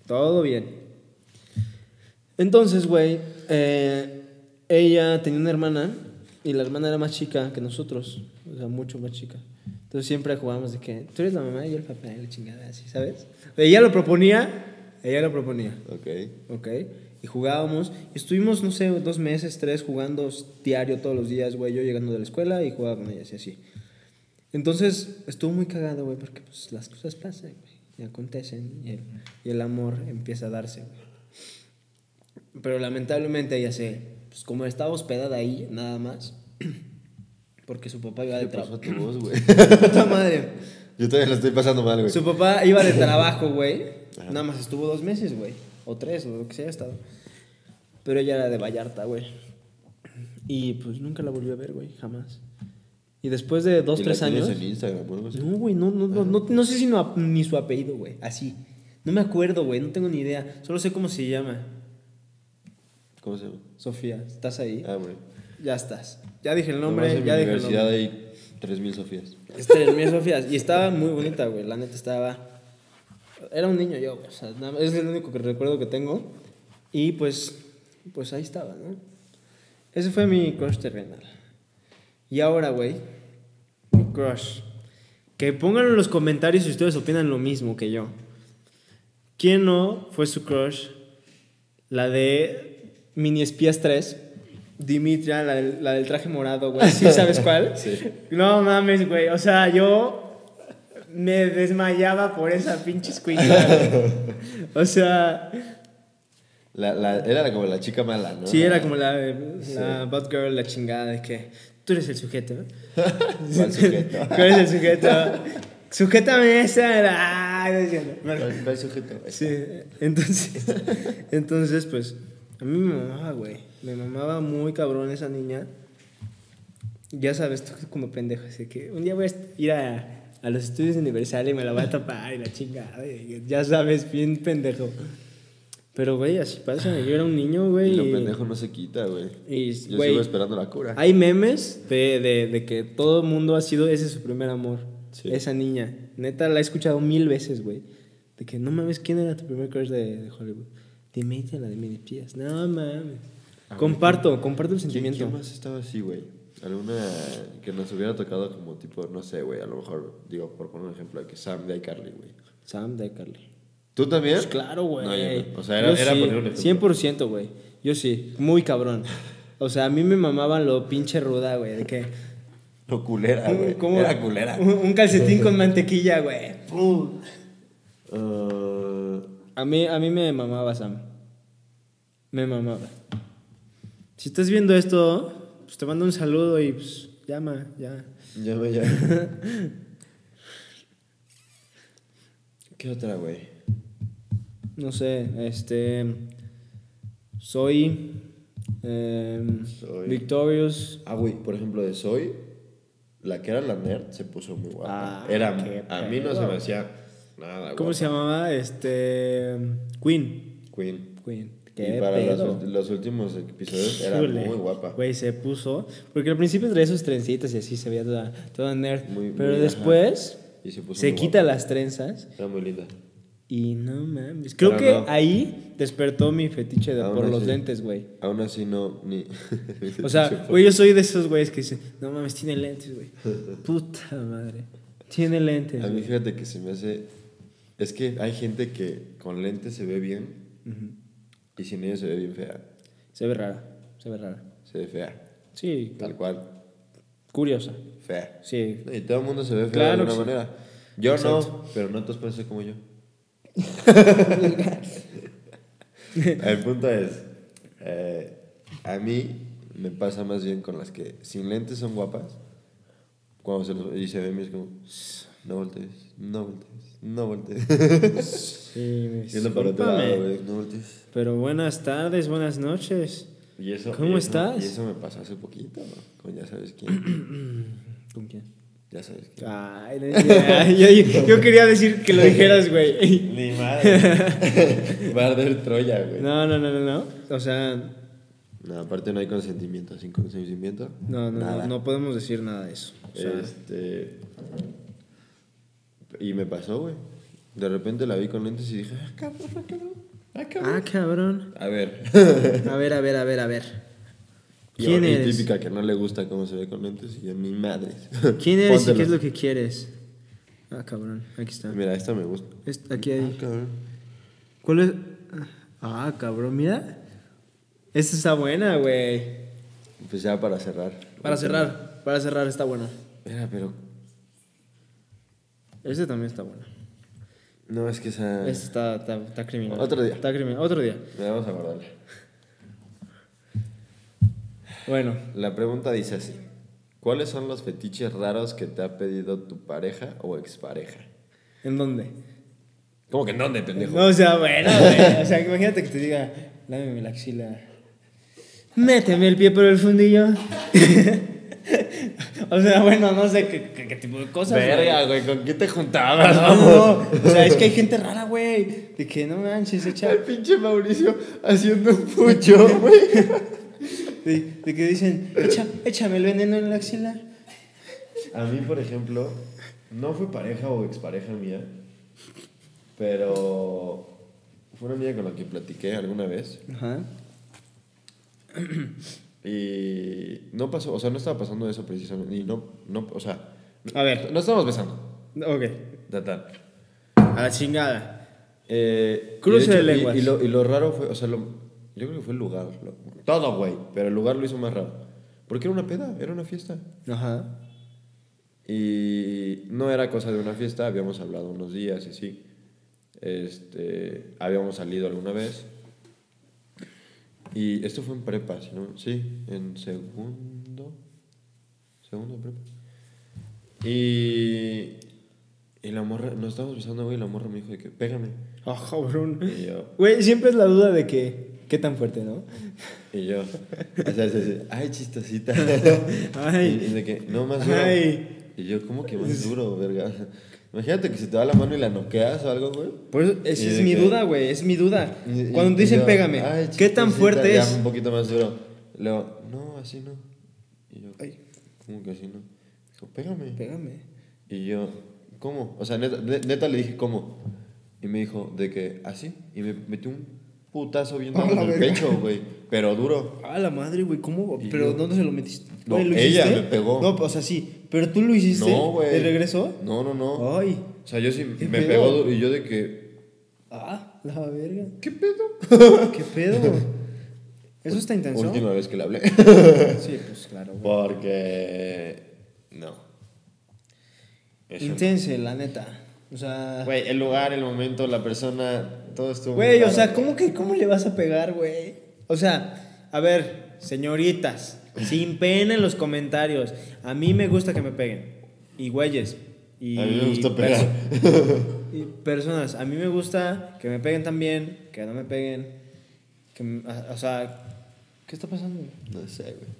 todo bien. Entonces, güey, eh, ella tenía una hermana y la hermana era más chica que nosotros, o sea, mucho más chica. Entonces siempre jugábamos de que tú eres la mamá y yo el papá y la chingada, así, ¿sabes? Ella lo proponía, ella lo proponía. Ok. ¿ok? Y jugábamos, y estuvimos, no sé, dos meses, tres, jugando diario todos los días, güey, yo llegando de la escuela y jugaba con ellas y así. Entonces, estuvo muy cagado, güey, porque pues las cosas pasan, güey, y acontecen, y el, y el amor empieza a darse, güey. Pero lamentablemente ella se, pues como estaba hospedada ahí, nada más, porque su papá iba de ¿Qué pasó trabajo. a tu voz, güey? ¡Puta madre! Yo todavía la estoy pasando mal, güey. Su papá iba de trabajo, güey. Nada más estuvo dos meses, güey. O tres, o lo que sea estado. Pero ella era de Vallarta, güey. Y pues nunca la volví a ver, güey, jamás. Y después de dos, ¿Y la tres tienes años. en Instagram o algo así? No, güey, no, no, no, no, no sé si no, ni su apellido, güey. Así. No me acuerdo, güey, no tengo ni idea. Solo sé cómo se llama. ¿Cómo se llama? Sofía, ¿estás ahí? Ah, güey. Ya estás. Ya dije el nombre, Nomás en ya mi dije el nombre. universidad hay 3000 Sofías. Este era el mío, Sofía. Y estaba muy bonita, güey. La neta estaba. Era un niño yo, güey. O sea, nada- es el único que recuerdo que tengo. Y pues. Pues ahí estaba, ¿no? Ese fue mi crush terrenal. Y ahora, güey. mi Crush. Que pongan en los comentarios si ustedes opinan lo mismo que yo. ¿Quién no fue su crush? La de Mini Espías 3. Dimitria, la del, la del traje morado, güey. ¿Sí sabes cuál? Sí. No mames, güey. O sea, yo me desmayaba por esa pinche escuela. o sea, La, la, era como la chica mala, ¿no? sí, era como la, la bad girl, la chingada de que tú eres el sujeto. ¿Cuál sujeto? tú eres el sujeto. Sujétame esa. Ah, no es cierto. Bueno, ¿Cuál, cuál sujeto? Sí, entonces, entonces, pues, a mí me mamaba, güey. Me mamaba muy cabrón esa niña. ya sabes, tú como pendejo, así que un día voy a est- ir a, a los estudios universales y me la voy a tapar y la chingada, y ya sabes, bien pendejo. Pero, güey, así pasa, yo era un niño, güey. Y lo y- pendejo no se quita, güey. Y, Yo güey, sigo esperando la cura. Hay memes de, de- de que todo el mundo ha sido ese su primer amor. Sí. Esa niña. Neta, la he escuchado mil veces, güey. De que no mames, ¿quién era tu primer crush de, de Hollywood? Demetia, la de Mini Tías. No mames. Ah, comparto, comparto el ¿Quién, sentimiento. quién más estaba así, güey? Alguna que nos hubiera tocado como tipo, no sé, güey, a lo mejor, digo, por poner un ejemplo, que Sam de iCarly, güey. Sam de Carly. ¿Tú también? Pues claro, güey. No, yo no. O sea, era, Yo era sí, poner un ejemplo. 100%, güey. Yo sí, muy cabrón. O sea, a mí me mamaban lo pinche ruda, güey. De que. No, culera, un- güey. ¿cómo? Era culera. Uh, Un, un calcetín con mantequilla, güey. Ah, A mí, a mí me mamaba Sam. Me mamaba. Si estás viendo esto, pues te mando un saludo y pues llama, ya. llama ya. ¿Qué otra, güey? No sé, este. Soy. em, Soy. Victorious. Ah, güey, por ejemplo, de Soy, la que era la nerd se puso muy guapa. Ah, era, qué a mí no pedo. se me hacía nada, ¿Cómo se llamaba? Este. Queen. llama? Queen. Queen. Y para los, ult- los últimos episodios era Híjole. muy guapa. Güey, se puso. Porque al principio traía sus trencitas y así se veía toda, toda nerd. Muy- pero muy, ajá. después Y se puso se muy quita las trenzas. Era muy linda. Y no mames. Creo Pero que no. ahí despertó mi fetiche de Aún por los así. lentes, güey. Aún así no, ni... O sea, güey, yo soy de esos güeyes que dicen, no mames, tiene lentes, güey. Puta madre. Tiene lentes. A mí güey. fíjate que se me hace... Es que hay gente que con lentes se ve bien y sin ellos se ve bien fea. Se ve rara, se ve rara. Se ve fea. Sí, Tal cual. curiosa. Fea. Sí. Y todo el mundo se ve feo Claro de que alguna sí. manera. Yo Exacto. no, pero no todos pueden ser como yo. El punto es, eh, a mí me pasa más bien con las que sin lentes son guapas. Cuando se los, y se ven es como, no voltees, no voltees, no voltees. Sí, Yendo para otro lado, discúlpame. güey, no voltees. Pero buenas tardes, buenas noches. Y eso, ¿Cómo y eso- estás? Y eso me pasó hace poquito, ¿no? con ya sabes quién, ¿Con quién? ya sabes quién. Ay, no, ya, yo, yo- yo quería decir que lo dijeras, güey. Ni madre. Va a arder Troya, güey. No. No, no, no, no, no. O sea, aparte no hay consentimiento. Sin consentimiento. No, no, nada. no, no podemos decir nada de eso. O sea, Este. Y me pasó, güey. De repente la vi con lentes y dije, ah, cabrón, ah, cabrón, ah, cabrón. Ah, cabrón. A ver. A ver, a ver, a ver, a ver. Y ¿Quién ahora, y eres? típica que no le gusta cómo se ve con lentes y a mi madre. ¿Quién eres y qué es lo que quieres? Ah, cabrón. Aquí está. Mira, esta me gusta. Es- aquí Ah, hay. cabrón. ¿Cuál es? Ah, cabrón, mira. Esta está buena, güey. Pues ya para cerrar. Para cerrar, para cerrar está buena. Mira, pero. Esta también está buena. No, es que esa. Esta está, está, está criminal. Ah. Otro día. Está criminal. Otro día. Mira, vamos a guardarla. Bueno, La pregunta dice así: ¿Cuáles son los fetiches raros que te ha pedido tu pareja o expareja? ¿en dónde? ¿Cómo que en dónde, pendejo? No, o sea, bueno, güey. O sea, imagínate que te diga, lámeme la axila. Méteme el pie por el fundillo. o sea, bueno, no sé qué, qué- qué tipo de cosas. güey. Verga, güey, ¿con quién te juntabas? No, no, no. O sea, es que hay gente rara, güey. De que no manches, echa. El pinche Mauricio haciendo un pucho, güey. De, de que dicen, "Echa- échame el veneno en la axila. A mí, por ejemplo, no fue pareja o expareja mía, pero fue una amiga con la que platiqué alguna vez Ajá. y no pasó, o sea, no estaba pasando eso precisamente. Y no, no, o sea, A ver, no estábamos besando. ok. Tal, tal. A la chingada. Eh, Cruce y hecho- de y- lenguas. Y, lo, y lo raro fue, o sea, lo- yo creo que fue el lugar. lo- todo, güey, pero el lugar lo hizo más raro. Porque era una peda, era una fiesta. Ajá. Y no era cosa de una fiesta, habíamos hablado unos días y sí. Este, habíamos salido alguna vez. Y esto fue en prepa, si ¿no? Sí, en segundo. Segundo de prepa. Y. Y la morra, nos estábamos besando, güey, y la morra me dijo de que, pégame. Ah, cabrón. Y yo, Güey, siempre es la duda de que. Qué tan fuerte, ¿no? Y yo, o sea, se dice, ay, chistosita. Ay. Y, y de que, no más duro. Ay. Y yo, ¿cómo que más duro, verga? Imagínate que se te va la mano y la noqueas o algo, güey. Por eso, esa Y es de mi que- duda, güey, es mi duda. Y- y- Pues, Cuando y dicen yo, pégame, "Ay, ¿qué tan chistosita", fuerte ya es? un poquito más duro. Luego, no, así no. Y yo, Ay. ¿cómo que así no? Dijo, pégame. Pégame. Y yo, ¿cómo? O sea, neta, ne- neta le dije, ¿cómo? Y me dijo, de que así. Y me metió un putazo bien A duro en la el verga. pecho, güey. Pero duro. A la madre, güey, ¿cómo? Y ¿Pero yo- dónde se lo metiste? No, Güey, ¿lo ella hiciste? me pegó. No, o sea, sí. ¿Pero tú lo hiciste? No, güey. ¿Te regresó? No, no, no. Ay. O sea, yo sí Oh. ¿Qué me pedo? pegó duro. Y yo, de que, Ah, la verga. ¿qué pedo? ¿Qué pedo? Eso está intenso. Última vez que le hablé. Sí, pues claro, güey. Porque. No. Eso no. Intense, la neta. O sea. Güey, el lugar, el momento, la persona, todo estuvo. muy Güey, o raro. sea, ¿cómo que cómo le vas a pegar, güey? O sea, a ver, señoritas, sin pena en los comentarios. A mí me gusta que me peguen. Y güeyes. Y A mí me gusta perso- pegar. y personas, a mí me gusta que me peguen también, que no me peguen. Que, m- a- o sea, ¿qué está pasando? No sé, güey.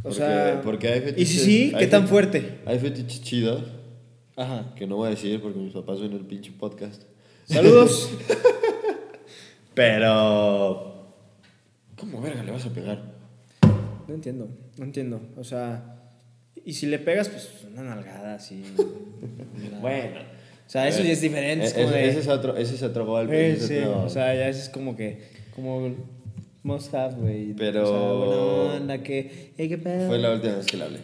O Porque- sea, porque hay Y si fetiches- sí, hay ¿qué tan fetiches- fuerte? Hay fetiches chidos Ajá. que no voy a decir porque mis papás ven el pinche podcast. Saludos. Pero. ¿Cómo verga le vas a pegar? No entiendo, no entiendo. O sea, y si le pegas, pues una nalgada así. Bueno. O sea, eso ya es diferente. Es como Eh, ese, de, ese es otro, ese es otro golpe. Eh, ese es sí, otro- o sea, ya eso es como que. Como must have, güey. Pero- O sea, buena onda, que. "Hey, qué pedo". Fue la última vez que le hablé.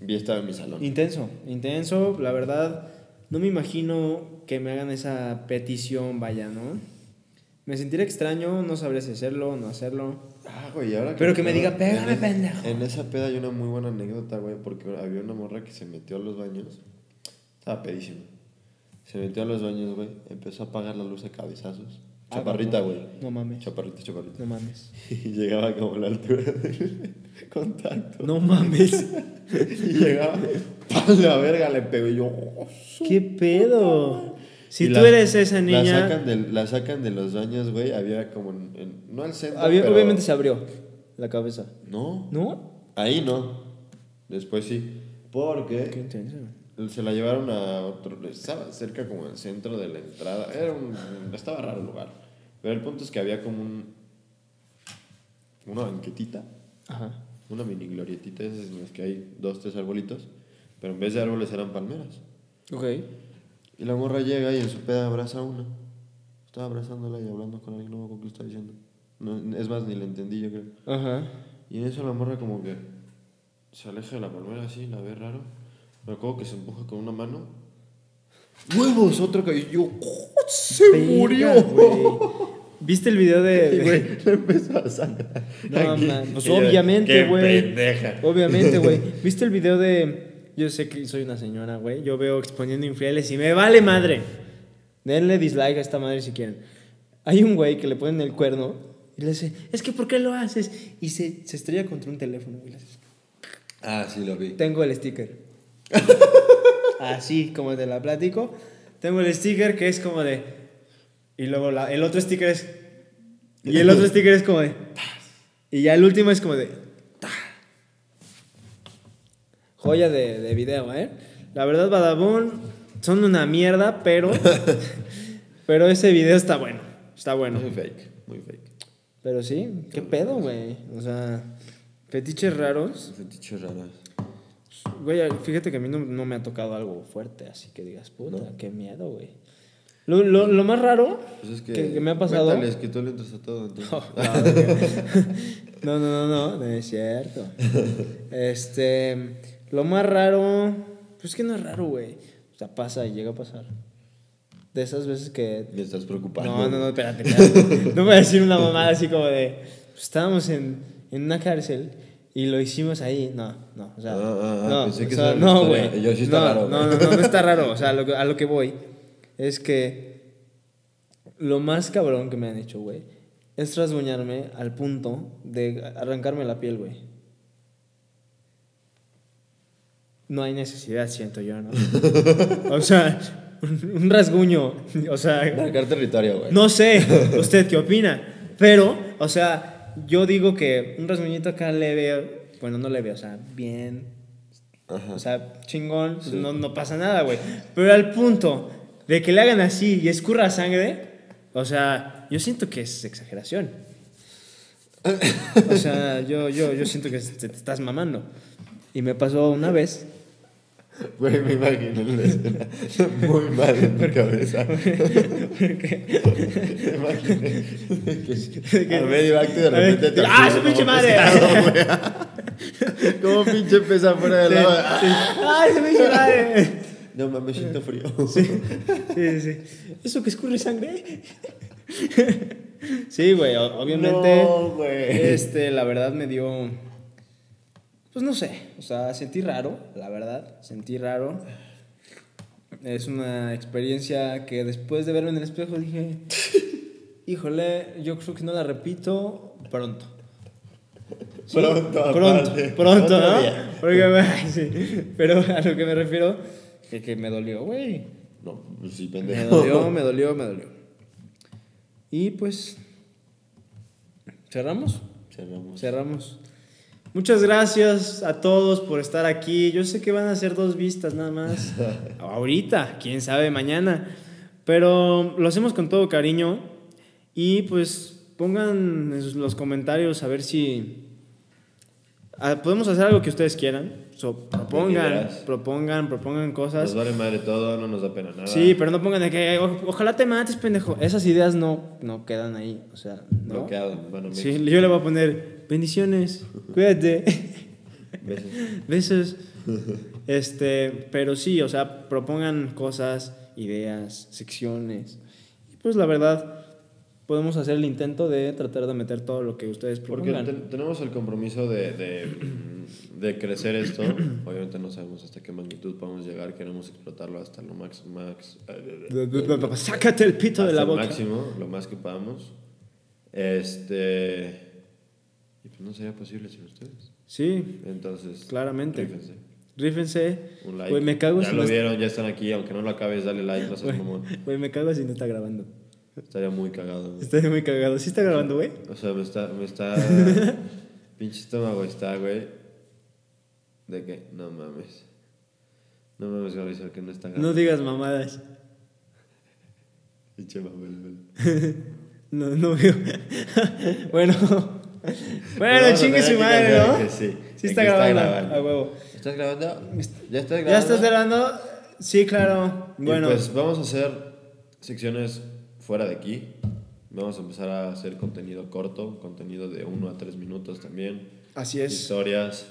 Vi estaba en mi salón. Intenso, intenso. La verdad, no me imagino que me hagan esa petición, vaya, ¿no? Me sentiré extraño, no sabré si hacerlo o no hacerlo. Ah, güey, ahora Pero que me diga, en "Pégame, esa- pendejo". En esa peda hay una muy buena anécdota, güey, porque había una morra que se metió a los baños. Estaba pedísima. Se metió a los baños, güey. Empezó a apagar la luz a cabezazos. Ah, Chaparrita, güey. No mames. Chaparrita, chaparrita. No mames. Y llegaba como a la altura del contacto. No mames. Y llegaba, ¡pam! la verga le pegó y yo. "Oh, su ¿Qué pedo? Si Y tú la- eres esa La niña. sacan de, la sacan de los baños, güey. Había como. en- en- no al centro. había- pero- Obviamente se abrió la cabeza. No. ¿No? Ahí no. Después sí. Porque. Qué intenso. Se la llevaron a otro. Estaba cerca como del centro de la entrada. Era un. Estaba raro el lugar. Pero el punto es que había como un. Una banquetita. Ajá. Una mini glorietita. Esas en las que hay dos, tres arbolitos. Pero en vez de árboles eran palmeras. Ok. Y la morra llega y en su peda abraza a una. Estaba abrazándola y hablando con alguien, no me acuerdo qué estaba diciendo. No, es más, ni le entendí, yo creo. Ajá. Y en eso la morra como que se aleja de la palmera así, la ve raro. Me acuerdo que se empuja con una mano. ¡Huevos! Otro que yo... ¡oh! ¡Se Verga, murió! güey. ¿Viste el video de.? Y güey, le empezó a sangrar. No, Aquí. man, Pues Y yo, obviamente, ¡qué güey. pendeja! Obviamente, güey. ¿Viste el video de.? Yo sé que soy una señora, güey. Yo veo exponiendo infieles y me vale madre. Denle dislike a esta madre si quieren. Hay un güey que le ponen el cuerno y le dice, es que ¿por qué lo haces? Y se, se estrella contra un teléfono. güey. le hace, Ah, sí, lo vi. Tengo el sticker. Así como te la platico. Tengo el sticker que es como de. Y luego la- el otro sticker es. Y el otro sticker es como de. Y ya el último es como de. Joya de, de video, ¿eh? La verdad, Badabun son una mierda, pero. pero ese video está bueno. Está bueno. Muy fake, muy fake. Pero sí, qué pedo, güey. O sea, fetiches raros. Fetiches raros. Güey, fíjate que a mí no, no me ha tocado algo fuerte, así que digas, puta, qué miedo, güey. Lo, lo- lo más raro Pues es que, que, que me ha pasado. Cuéntales que tú le entras a todo, entonces. No, no, no, no, no es cierto. Este, lo más raro, pues que no es raro, güey. O sea, pasa y llega a pasar. De esas veces que Me estás preocupando. no, no, no, espérate, espérate. No voy a decir una mamada así como de. pues, estábamos en, en una cárcel y lo hicimos ahí. No, no, o sea. Ah, ah, ah, no, pensé que o sea, eso era no, una historia. güey. Yo sí está no, raro, No, no, güey. no, no está raro. O sea, lo que- a lo que voy es que. Lo más cabrón que me han hecho, güey, es rasguñarme al punto de arrancarme la piel, güey. No hay necesidad, siento yo, ¿no? o sea, un rasguño, o sea, Marcar territorio, güey. no sé, ¿usted qué opina? Pero, o sea, yo digo que un rasguñito acá le veo, bueno, no le veo, o sea, bien, Ajá. o sea, chingón, pues Ah. Sí. no, no pasa nada, güey. Pero al punto de que le hagan así y escurra sangre, o sea, yo siento que es exageración. O sea, yo, yo, yo siento que te, te estás mamando. Y me pasó una vez. Güey, me imagino la escena muy mal en mi cabeza. Me imaginé que- que a medio acto y de A ver, repente te ¡ah, su como pinche madre! pescado, güey. Como pinche pesa fuera del agua. ¡Ay, se me hizo madre! No mames, siento frío. Sí, sí, sí. ¿Eso que escurre sangre? Sí, güey, o- obviamente. No, güey. Este, la verdad me dio. Pues no sé, o sea, sentí raro, la verdad, sentí raro. Es una experiencia que después de verme en el espejo dije, híjole, yo creo que no la repito pronto. Sí, Pronto, pronto, aparte. pronto, Otro ¿no? día. Porque, ay, sí, Pero a lo que me refiero, que, que me dolió, güey. No, pues sí, Me pendejo. dolió, me dolió, me dolió. Y pues, cerramos. Cerramos. Cerramos. Muchas gracias a todos por estar aquí. Yo sé que van a ser dos vistas nada más. Ahorita, quién sabe mañana. Pero lo hacemos con todo cariño. Y pues pongan en sus- los comentarios a ver si ah, podemos hacer algo que ustedes quieran. So, propongan, ideas. propongan, propongan Nos cosas. vale madre todo, no nos da pena nada. Sí, pero no pongan de que "O- ojalá te mates, pendejo. Esas ideas no, no quedan ahí. O sea, no. Bloqueado, mano. Sí, yo le voy a poner bendiciones, cuídate, Besos. besos. Este, pero sí, o sea, propongan cosas, ideas, secciones. Y pues la verdad, podemos hacer el intento de tratar de meter todo lo que ustedes Porque propongan. ten- tenemos el compromiso de, de, de crecer esto. Obviamente no sabemos hasta qué magnitud podemos llegar. Queremos explotarlo hasta lo max, max- Sácate el pito de hasta la el boca. máximo, lo más que podamos. Este. Y pues no sería posible sin ustedes. Sí, Entonces. claramente. rífense. Rífense. Un like. Güey, me cago ya si lo no está- vieron, ya están aquí. Aunque no lo acabes, dale like. No seas mamón. Güey, me cago si no está grabando. Estaría muy cagado. güey. Estoy muy cagado. ¿Sí está grabando, güey? O sea, me está. Me está pinche estómago está, güey. De que, no mames. No mames, Gabriel, que no está No digas mamadas. Pinche mamón, güey. No, no veo. bueno. Pero Bueno, vamos a chingue tener su que madre, cambiar ¿no? de que sí. Sí De está que está grabando. grabando. A huevo. ¿Estás grabando? ¿Ya estás grabando? ¿Ya estás grabando? Sí, claro. Y Bueno. Pues vamos a hacer secciones fuera de aquí. Vamos a empezar a hacer contenido corto, contenido de 1 a 3 minutos también. así es. Historias,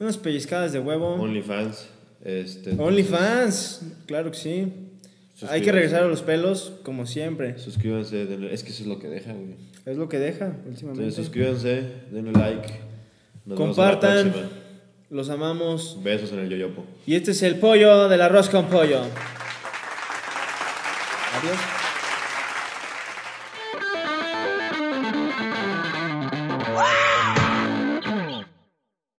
Unas pellizcadas de huevo. OnlyFans. Este, OnlyFans. Claro que sí. Hay que Suscríbanse. regresar a los pelos, como siempre. Suscríbanse, denle- es que eso es lo que deja, güey. Es lo que deja Entonces últimamente. suscríbanse, denle like. Nos vemos en la Compartan. próxima. Los amamos. Besos en el yoyopo. Y este es el pollo del arroz con pollo. Adiós.